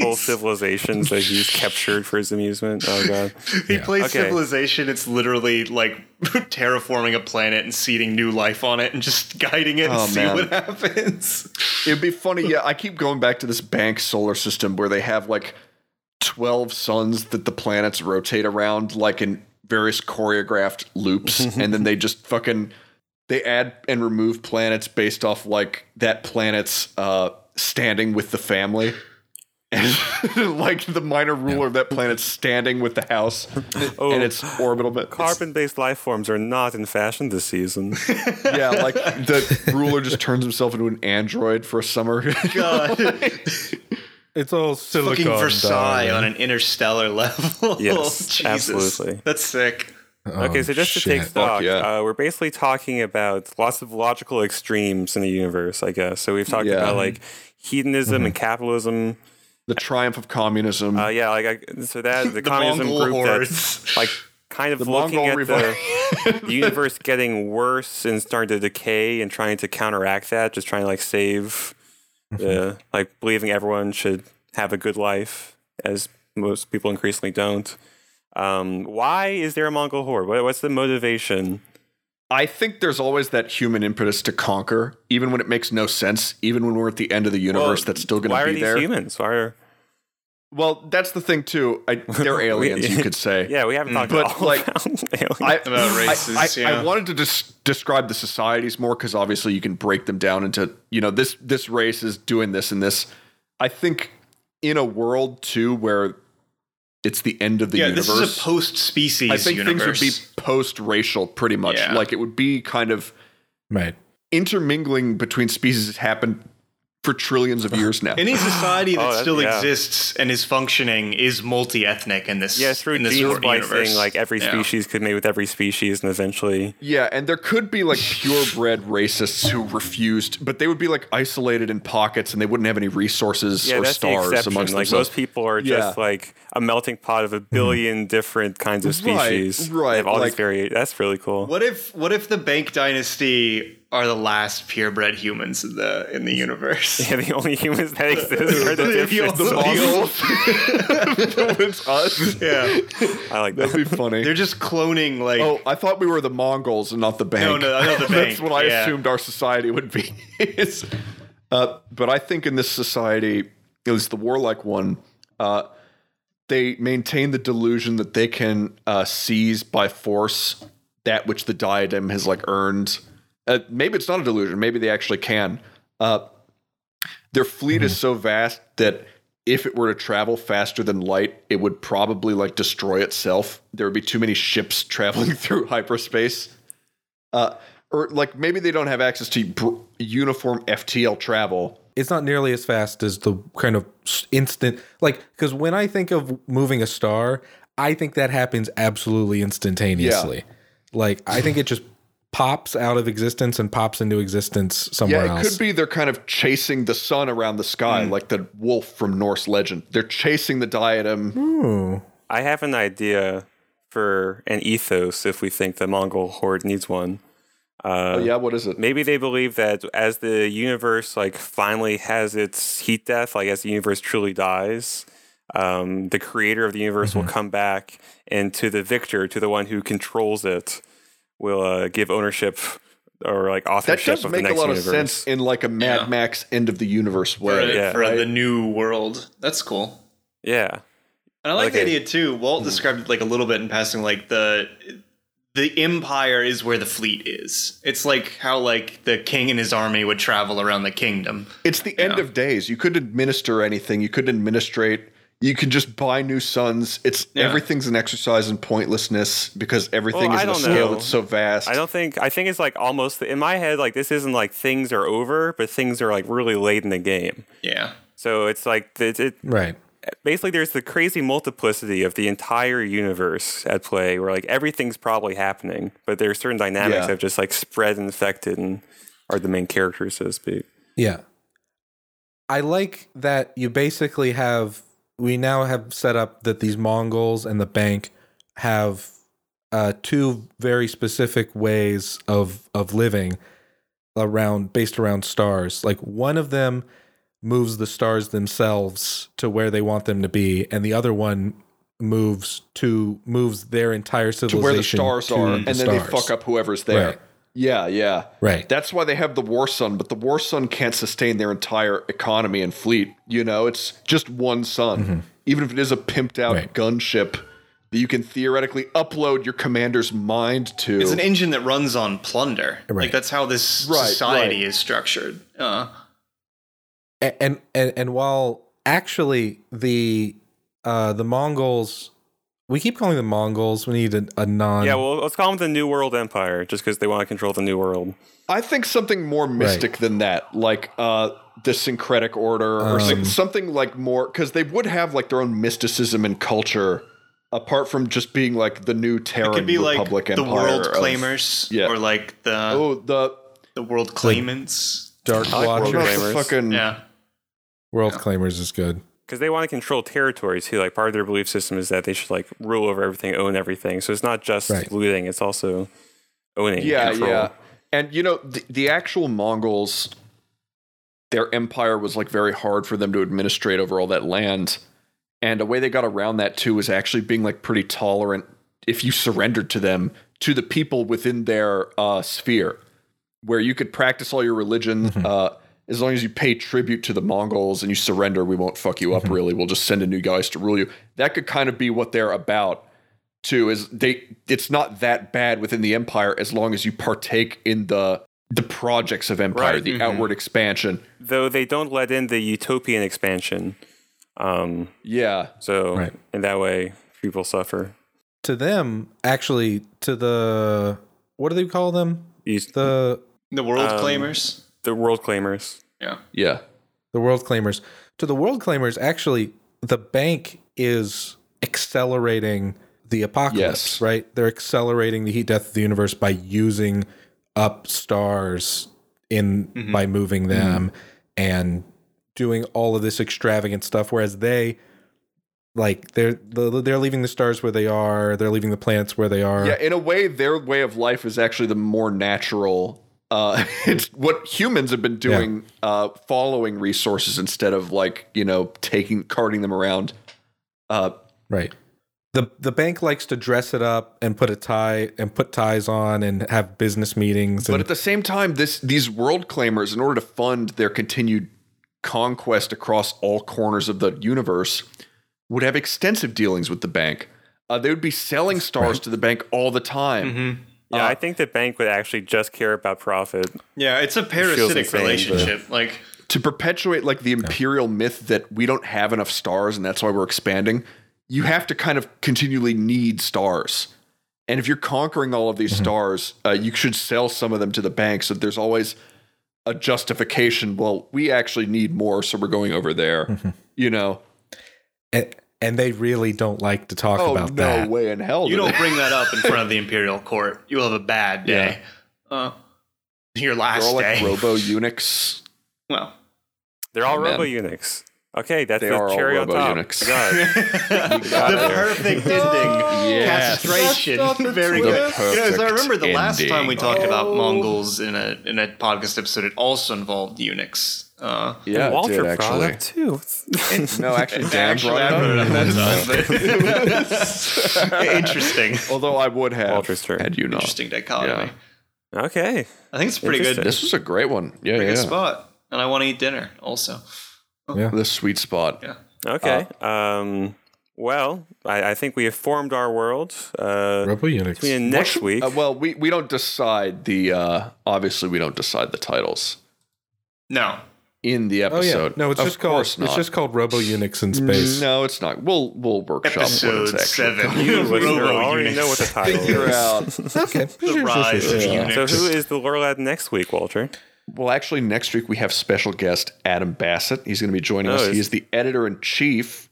[SPEAKER 2] [laughs]
[SPEAKER 3] whole civilizations that he's captured for his amusement. Oh god.
[SPEAKER 2] he plays
[SPEAKER 3] Okay.
[SPEAKER 2] Civilization. It's literally like [laughs] terraforming a planet and seeding new life on it, and just [laughs] guiding it
[SPEAKER 1] Oh,
[SPEAKER 2] and see
[SPEAKER 1] man.
[SPEAKER 2] what happens.
[SPEAKER 1] It'd be funny. Yeah, I keep going back to this bank solar system where they have like 12 suns that the planets rotate around, like in various choreographed loops. and then they just fucking they add and remove planets based off like that planet's uh, standing with the family. And [laughs] like the minor ruler of that planet's standing with the house
[SPEAKER 3] Oh,
[SPEAKER 1] and its orbital. But
[SPEAKER 3] carbon-based life forms are not in fashion this season.
[SPEAKER 1] yeah, like the ruler just turns himself into an android for a summer. [laughs]
[SPEAKER 2] God,
[SPEAKER 4] It's all
[SPEAKER 2] fucking
[SPEAKER 4] silicon.
[SPEAKER 2] Versailles
[SPEAKER 4] darling.
[SPEAKER 2] on an interstellar level.
[SPEAKER 3] uh,
[SPEAKER 2] [laughs] Oh,
[SPEAKER 3] Yes,
[SPEAKER 2] Jesus.
[SPEAKER 3] absolutely.
[SPEAKER 2] That's sick.
[SPEAKER 3] Okay,
[SPEAKER 4] Oh,
[SPEAKER 3] so just to
[SPEAKER 4] shit.
[SPEAKER 3] take stock,
[SPEAKER 1] yeah.
[SPEAKER 3] uh, we're basically talking about lots of logical extremes in the universe, I guess. So we've talked
[SPEAKER 1] Yeah.
[SPEAKER 3] about like hedonism and capitalism.
[SPEAKER 1] the triumph of communism.
[SPEAKER 3] Uh, yeah, like I, so that the,
[SPEAKER 2] The
[SPEAKER 3] communism
[SPEAKER 2] Mongol
[SPEAKER 3] group
[SPEAKER 2] hordes.
[SPEAKER 3] that's like kind of
[SPEAKER 1] The
[SPEAKER 3] looking
[SPEAKER 1] Mongol
[SPEAKER 3] at
[SPEAKER 1] revolt.
[SPEAKER 3] the, the universe getting worse and starting to decay and trying to counteract that, just trying to like save, uh, like believing everyone should have a good life as most people increasingly don't. Um, why is there a Mongol horde? What, what's the motivation?
[SPEAKER 1] I think there's always that human impetus to conquer, even when it makes no sense, even when we're at the end of the universe,
[SPEAKER 3] Well,
[SPEAKER 1] that's still
[SPEAKER 3] Why
[SPEAKER 1] going
[SPEAKER 3] are
[SPEAKER 1] to be
[SPEAKER 3] these
[SPEAKER 1] there.
[SPEAKER 3] humans? Why are
[SPEAKER 1] Well, that's the thing too. I,
[SPEAKER 2] [laughs]
[SPEAKER 1] they're aliens, you could say.
[SPEAKER 3] yeah? We haven't talked
[SPEAKER 1] but,
[SPEAKER 3] about all
[SPEAKER 1] like,
[SPEAKER 3] about [laughs] aliens.
[SPEAKER 1] I,
[SPEAKER 2] About races,
[SPEAKER 1] I, I,
[SPEAKER 2] yeah.
[SPEAKER 1] I wanted to des- describe the societies more because obviously you can break them down into you know this this race is doing this and this. I think in a world too where it's the end of the
[SPEAKER 2] yeah,
[SPEAKER 1] universe.
[SPEAKER 2] this is a post-species
[SPEAKER 1] I think
[SPEAKER 2] universe.
[SPEAKER 1] things would be post-racial, pretty much.
[SPEAKER 2] Yeah.
[SPEAKER 1] Like it would be kind of
[SPEAKER 4] right.
[SPEAKER 1] intermingling between species has happened for trillions of years now.
[SPEAKER 3] [gasps]
[SPEAKER 2] Any society that
[SPEAKER 3] Oh, that-
[SPEAKER 2] still
[SPEAKER 3] yeah.
[SPEAKER 2] exists and is functioning is multi-ethnic in this.
[SPEAKER 3] Yeah, through
[SPEAKER 2] in this
[SPEAKER 3] gene
[SPEAKER 2] sort of
[SPEAKER 3] splicing,
[SPEAKER 2] universe.
[SPEAKER 3] like every
[SPEAKER 2] Yeah.
[SPEAKER 3] species could mate with every species, and eventually,
[SPEAKER 1] Yeah, and there could be like purebred racists who refused, but they would be like isolated in pockets, and they wouldn't have any resources
[SPEAKER 3] yeah,
[SPEAKER 1] or
[SPEAKER 3] that's the
[SPEAKER 1] stars
[SPEAKER 3] exception.
[SPEAKER 1] amongst
[SPEAKER 3] Like
[SPEAKER 1] themselves.
[SPEAKER 3] most people are
[SPEAKER 1] Yeah.
[SPEAKER 3] just like a melting pot of a billion different kinds of
[SPEAKER 1] Right,
[SPEAKER 3] species. They
[SPEAKER 1] right,
[SPEAKER 3] have all
[SPEAKER 1] like-
[SPEAKER 3] these variations. That's really cool.
[SPEAKER 2] What if what if the Bank Dynasty are the last purebred humans in the in the universe?
[SPEAKER 3] [laughs] Yeah, the only humans
[SPEAKER 1] [laughs]
[SPEAKER 3] that exist are the
[SPEAKER 2] The-
[SPEAKER 3] different.
[SPEAKER 2] the
[SPEAKER 3] species.
[SPEAKER 2] [laughs]
[SPEAKER 1] it's us.
[SPEAKER 2] Yeah,
[SPEAKER 3] I like
[SPEAKER 1] That'd
[SPEAKER 3] that.
[SPEAKER 1] be funny.
[SPEAKER 2] they're just cloning like.
[SPEAKER 1] Oh, I thought we were the Mongols and not the bank.
[SPEAKER 2] No, no, I know the
[SPEAKER 1] [laughs] That's
[SPEAKER 2] bank,
[SPEAKER 1] what I
[SPEAKER 2] yeah.
[SPEAKER 1] assumed our society would be. [laughs] It's- uh, but I think in this society, at least the warlike one, uh, they maintain the delusion that they can uh, seize by force that which the diadem has like earned. Uh, maybe it's not a delusion. Maybe they actually can. Uh, their fleet is so vast that if it were to travel faster than light, it would probably like destroy itself. There would be too many ships [laughs] traveling through hyperspace. Uh, or like maybe they don't have access to br- uniform FTL travel.
[SPEAKER 4] it's not nearly as fast as the kind of s- instant like because when i think of moving a star i think that happens absolutely instantaneously like i think it just pops out of existence and pops into existence somewhere
[SPEAKER 1] yeah, it
[SPEAKER 4] else
[SPEAKER 1] could be they're kind of chasing the sun around the sky, like the wolf from Norse legend. They're chasing the diadem.
[SPEAKER 4] Ooh.
[SPEAKER 3] I have an idea for an ethos if we think the Mongol horde needs one. Uh,
[SPEAKER 1] Oh, yeah, what is it?
[SPEAKER 3] Maybe they believe that as the universe like finally has its heat death, like as the universe truly dies, um, the creator of the universe will come back, and to the victor, to the one who controls it, will uh, give ownership or like
[SPEAKER 1] That
[SPEAKER 3] authorship
[SPEAKER 1] does
[SPEAKER 3] of
[SPEAKER 1] make
[SPEAKER 3] the
[SPEAKER 1] a
[SPEAKER 3] next
[SPEAKER 1] lot
[SPEAKER 3] universe.
[SPEAKER 1] of sense in like a Mad
[SPEAKER 2] Yeah.
[SPEAKER 1] Max end of the universe
[SPEAKER 2] for,
[SPEAKER 1] way.
[SPEAKER 3] yeah,
[SPEAKER 2] for
[SPEAKER 1] right?
[SPEAKER 2] the new world. That's cool.
[SPEAKER 3] yeah,
[SPEAKER 2] And I like the
[SPEAKER 3] Okay.
[SPEAKER 2] idea too. Walt
[SPEAKER 1] Hmm.
[SPEAKER 2] described it like a little bit in passing, like the the empire is where the fleet is. It's like how like the king and his army would travel around the kingdom.
[SPEAKER 1] It's the end of days. You couldn't administer anything. You couldn't administrate. You can just buy new suns. It's
[SPEAKER 2] Yeah.
[SPEAKER 1] everything's an exercise in pointlessness because everything
[SPEAKER 3] Well,
[SPEAKER 1] is
[SPEAKER 3] I
[SPEAKER 1] on a
[SPEAKER 3] don't
[SPEAKER 1] scale
[SPEAKER 3] know.
[SPEAKER 1] that's so vast.
[SPEAKER 3] I don't think I think it's like almost in my head like this isn't like things are over, but things are like really late in the game.
[SPEAKER 2] Yeah.
[SPEAKER 3] So it's like it, it
[SPEAKER 4] right
[SPEAKER 3] basically there's the crazy multiplicity of the entire universe at play where like everything's probably happening, but there are certain dynamics
[SPEAKER 1] Yeah.
[SPEAKER 3] that have just like spread and affected and are the main characters, so to speak.
[SPEAKER 4] yeah i like that you basically have we now have set up that these mongols and the bank have uh, two very specific ways of of living around based around stars. Like one of them moves the stars themselves to where they want them to be, and the other one moves to moves their entire
[SPEAKER 1] to
[SPEAKER 4] civilization
[SPEAKER 1] where the stars are,
[SPEAKER 4] the
[SPEAKER 1] and then
[SPEAKER 4] stars.
[SPEAKER 1] they fuck up whoever's there.
[SPEAKER 4] Right.
[SPEAKER 1] Yeah, yeah.
[SPEAKER 4] Right.
[SPEAKER 1] That's why they have the war sun, but the war sun can't sustain their entire economy and fleet. You know, it's just one sun. Even if it is a pimped out
[SPEAKER 4] Mm-hmm. Right.
[SPEAKER 1] gunship that you can theoretically upload your commander's mind to.
[SPEAKER 2] It's an engine that runs on plunder. Like
[SPEAKER 4] Right.
[SPEAKER 2] that's how this
[SPEAKER 1] Right,
[SPEAKER 2] society
[SPEAKER 1] right.
[SPEAKER 2] is structured. Uh,
[SPEAKER 4] A- and and and while actually the uh the Mongols we keep calling them Mongols. We need a, a
[SPEAKER 1] Um,
[SPEAKER 4] non
[SPEAKER 3] yeah, well let's call them the New World Empire, just because they want to control the New World.
[SPEAKER 1] I think something more mystic than that, like uh, the syncretic order or some-
[SPEAKER 4] Um.
[SPEAKER 1] something like more, because they would have like their own mysticism and culture, apart from just being like the new Terran
[SPEAKER 2] it could be like
[SPEAKER 1] Republic
[SPEAKER 2] the
[SPEAKER 1] Empire.
[SPEAKER 2] world
[SPEAKER 1] of-
[SPEAKER 2] claimers
[SPEAKER 1] yeah.
[SPEAKER 2] or like the
[SPEAKER 1] oh, the
[SPEAKER 2] the world claimants.
[SPEAKER 4] Dark
[SPEAKER 3] I like
[SPEAKER 1] oh,
[SPEAKER 3] World
[SPEAKER 1] no,
[SPEAKER 4] Watchers.
[SPEAKER 1] it's the
[SPEAKER 3] Claimers.
[SPEAKER 1] fucking
[SPEAKER 2] yeah.
[SPEAKER 4] World Claimers is good.
[SPEAKER 3] Because they want to control territory too. Like part of their belief system is that they should like rule over everything, own everything. So it's not just
[SPEAKER 4] Right.
[SPEAKER 3] looting; it's also owning.
[SPEAKER 1] yeah,
[SPEAKER 3] control.
[SPEAKER 1] yeah. And you know, the, the actual Mongols, their empire was like very hard for them to administrate over all that land. And a way they got around that too was actually being like pretty tolerant if you surrendered to them to the people within their uh, sphere, where you could practice all your religion.
[SPEAKER 3] Mm-hmm.
[SPEAKER 1] Uh, as long as you pay tribute to the Mongols and you surrender, we won't fuck you
[SPEAKER 3] Mm-hmm.
[SPEAKER 1] up really. We'll just send in new guys to rule you. That could kind of be what they're about too is they it's not that bad within the empire as long as you partake in the the projects of empire
[SPEAKER 3] Right,
[SPEAKER 1] the outward expansion
[SPEAKER 3] Though they don't let in the utopian expansion, um,
[SPEAKER 1] yeah
[SPEAKER 3] so
[SPEAKER 4] Right.
[SPEAKER 3] in that way people suffer.
[SPEAKER 4] To them, actually, to the what do they call them?
[SPEAKER 3] These-
[SPEAKER 4] The
[SPEAKER 2] The world
[SPEAKER 3] Um,
[SPEAKER 2] claimers.
[SPEAKER 3] the world claimers.
[SPEAKER 2] Yeah.
[SPEAKER 1] yeah
[SPEAKER 4] the world claimers. To the world claimers, actually, the bank is accelerating the apocalypse,
[SPEAKER 1] Yes.
[SPEAKER 4] right? They're accelerating the heat death of the universe by using up stars in
[SPEAKER 1] Mm-hmm.
[SPEAKER 4] by moving them and doing all of this extravagant stuff. Whereas they like they're they're leaving the stars where they are, they're leaving the planets where they are.
[SPEAKER 1] Yeah, in a way, their way of life is actually the more natural. Uh, [laughs] it's what humans have been doing, uh, following resources instead of like you know taking carting them around. Uh,
[SPEAKER 4] Right. The the bank likes to dress it up and put a tie and put ties on and have business meetings
[SPEAKER 1] but
[SPEAKER 4] and
[SPEAKER 1] at the same time, this these world claimers, in order to fund their continued conquest across all corners of the universe, would have extensive dealings with the bank. Uh, they would be selling stars to the bank all the time.
[SPEAKER 3] Yeah,
[SPEAKER 1] Uh,
[SPEAKER 3] I think the bank would actually just care about profit.
[SPEAKER 2] Yeah, it's a parasitic
[SPEAKER 3] insane, but-
[SPEAKER 2] relationship. Like,
[SPEAKER 1] to perpetuate like the imperial myth that we don't have enough stars and that's why we're expanding, you have to kind of continually need stars. And if you're conquering all of these
[SPEAKER 4] Mm-hmm.
[SPEAKER 1] stars, uh, you should sell some of them to the bank. So there's always a justification. Well, we actually need more, so we're going over there.
[SPEAKER 4] Mm-hmm.
[SPEAKER 1] You know?
[SPEAKER 4] and, and they really don't like to talk
[SPEAKER 1] Oh
[SPEAKER 4] about
[SPEAKER 1] no
[SPEAKER 4] that.
[SPEAKER 1] way in hell!
[SPEAKER 2] you
[SPEAKER 1] do
[SPEAKER 2] don't
[SPEAKER 1] they-
[SPEAKER 2] bring that up in
[SPEAKER 3] [laughs]
[SPEAKER 2] front of the imperial court. You'll have a bad day. Uh,
[SPEAKER 1] They're
[SPEAKER 2] your last
[SPEAKER 1] all like
[SPEAKER 2] day.
[SPEAKER 1] robo
[SPEAKER 2] [laughs]
[SPEAKER 1] eunuchs.
[SPEAKER 2] well,
[SPEAKER 3] They're all
[SPEAKER 1] Amen.
[SPEAKER 3] robo eunuchs. Okay, that's
[SPEAKER 1] They
[SPEAKER 3] the
[SPEAKER 1] are all
[SPEAKER 3] cherry on
[SPEAKER 1] robo
[SPEAKER 3] top.
[SPEAKER 1] eunuchs. [laughs]
[SPEAKER 3] God.
[SPEAKER 2] the [laughs] perfect ending.
[SPEAKER 1] Yes.
[SPEAKER 2] Castration.
[SPEAKER 4] That's not the Oh.
[SPEAKER 2] Very
[SPEAKER 1] twist.
[SPEAKER 2] good.
[SPEAKER 1] The
[SPEAKER 2] You know, so I
[SPEAKER 1] perfect
[SPEAKER 2] remember the last time we
[SPEAKER 1] ending.
[SPEAKER 2] talked about Mongols in a in a podcast episode, it also involved eunuchs. Uh,
[SPEAKER 1] [laughs] Yeah, it
[SPEAKER 3] Walter
[SPEAKER 1] did,
[SPEAKER 3] product too. [laughs]
[SPEAKER 1] No, actually, Dan
[SPEAKER 2] actually,
[SPEAKER 1] brought it
[SPEAKER 2] I
[SPEAKER 1] up.
[SPEAKER 2] brought
[SPEAKER 1] [laughs]
[SPEAKER 2] it up that time. [laughs] Interesting.
[SPEAKER 1] Although I would have
[SPEAKER 3] Walter's turn.
[SPEAKER 1] had you not.
[SPEAKER 2] Interesting dichotomy.
[SPEAKER 1] Yeah.
[SPEAKER 3] okay.
[SPEAKER 2] I think it's pretty good.
[SPEAKER 3] Interesting.
[SPEAKER 1] This was a great one. Yeah,
[SPEAKER 2] pretty
[SPEAKER 1] yeah.
[SPEAKER 2] good spot. And I want to eat dinner also.
[SPEAKER 1] The sweet spot.
[SPEAKER 2] Yeah.
[SPEAKER 3] Okay.
[SPEAKER 1] Uh,
[SPEAKER 3] um, well, I, I think we have formed our world. Uh,
[SPEAKER 4] Robo eunuchs.
[SPEAKER 3] between
[SPEAKER 1] What
[SPEAKER 3] next
[SPEAKER 1] should-
[SPEAKER 3] week.
[SPEAKER 1] uh, well, we, we don't decide the uh, obviously we don't decide the titles
[SPEAKER 2] No.
[SPEAKER 1] in the
[SPEAKER 4] Oh yeah.
[SPEAKER 1] episode.
[SPEAKER 4] No, it's
[SPEAKER 1] Of
[SPEAKER 4] just called
[SPEAKER 1] course
[SPEAKER 4] it's
[SPEAKER 1] not.
[SPEAKER 4] just called Robo eunuchs in space. [laughs]
[SPEAKER 1] No, it's not. We'll we'll workshop what
[SPEAKER 2] Episode
[SPEAKER 1] it's actually.
[SPEAKER 2] seven.
[SPEAKER 3] you listener
[SPEAKER 2] Robo
[SPEAKER 3] already
[SPEAKER 2] eunuchs.
[SPEAKER 3] know what the title
[SPEAKER 1] Figure
[SPEAKER 3] is.
[SPEAKER 1] out.
[SPEAKER 4] Okay.
[SPEAKER 2] The rise of
[SPEAKER 3] So
[SPEAKER 2] eunuchs.
[SPEAKER 3] who is the Lorelad next week, Walter?
[SPEAKER 1] [laughs] Well, actually, next week we have special guest Adam Bassett. He's going to be joining
[SPEAKER 3] Oh,
[SPEAKER 1] us. He
[SPEAKER 3] is-
[SPEAKER 1] is the editor in chief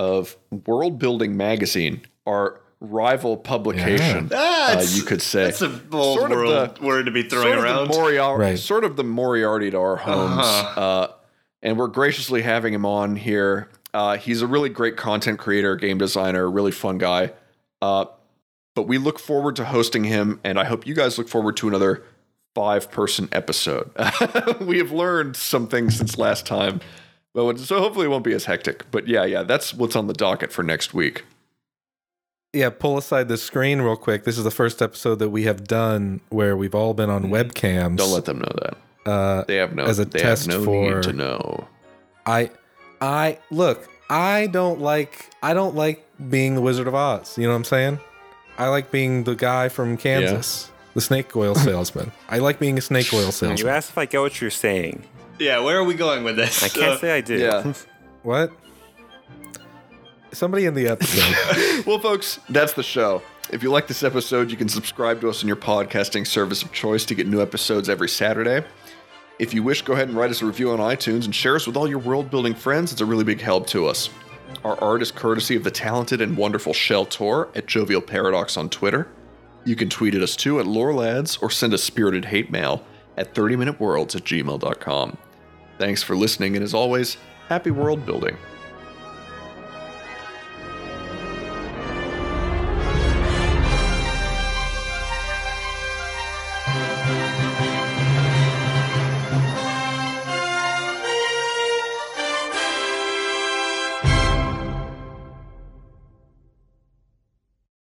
[SPEAKER 1] of World Building Magazine, our rival publication.
[SPEAKER 2] Ah,
[SPEAKER 1] uh,
[SPEAKER 2] it's-
[SPEAKER 1] you could say
[SPEAKER 2] That's a bold
[SPEAKER 1] Sort of
[SPEAKER 2] world
[SPEAKER 1] the-
[SPEAKER 2] word to be throwing
[SPEAKER 1] sort of
[SPEAKER 2] around.
[SPEAKER 1] The Moriarty,
[SPEAKER 4] Right.
[SPEAKER 1] Sort of the Moriarty to our homes.
[SPEAKER 2] Uh-huh.
[SPEAKER 1] Uh, and we're graciously having him on here. Uh, he's a really great content creator, game designer, really fun guy. Uh, but we look forward to hosting him, and I hope you guys look forward to another five person episode. [laughs] we have learned some things since last time. Well, it- so hopefully it won't be as hectic. But yeah, yeah, that's what's on the docket for next week.
[SPEAKER 4] Yeah, pull aside the screen real quick. This is the first episode that we have done where we've all been on webcams.
[SPEAKER 1] Mm. Don't let them know that.
[SPEAKER 4] uh,
[SPEAKER 1] They have no
[SPEAKER 4] As a
[SPEAKER 1] they
[SPEAKER 4] test
[SPEAKER 1] have no
[SPEAKER 4] for-
[SPEAKER 1] need to know.
[SPEAKER 4] I I look, I don't like I don't like being the Wizard of Oz, you know what I'm saying? I like being the guy from Kansas, the snake oil salesman. I like being a
[SPEAKER 1] [laughs]
[SPEAKER 4] snake oil
[SPEAKER 3] You
[SPEAKER 4] salesman.
[SPEAKER 3] asked if I get what you're saying.
[SPEAKER 2] Yeah, where are we going with this? Uh,
[SPEAKER 3] I can't say I do.
[SPEAKER 1] Yeah.
[SPEAKER 3] [laughs]
[SPEAKER 4] What? Somebody in the episode.
[SPEAKER 1] Well, folks, that's the show. If you like this episode, you can subscribe to us on your podcasting service of choice to get new episodes every Saturday. If you wish, go ahead and write us a review on iTunes and share us with all your world building friends. It's a really big help to us. Our art is courtesy of the talented and wonderful Shell Tor at Jovial Paradox on Twitter. You can tweet at us too at Lorelads or send us spirited hate mail at 30minuteworlds at gmail.com. Thanks for listening, and as always, happy world building.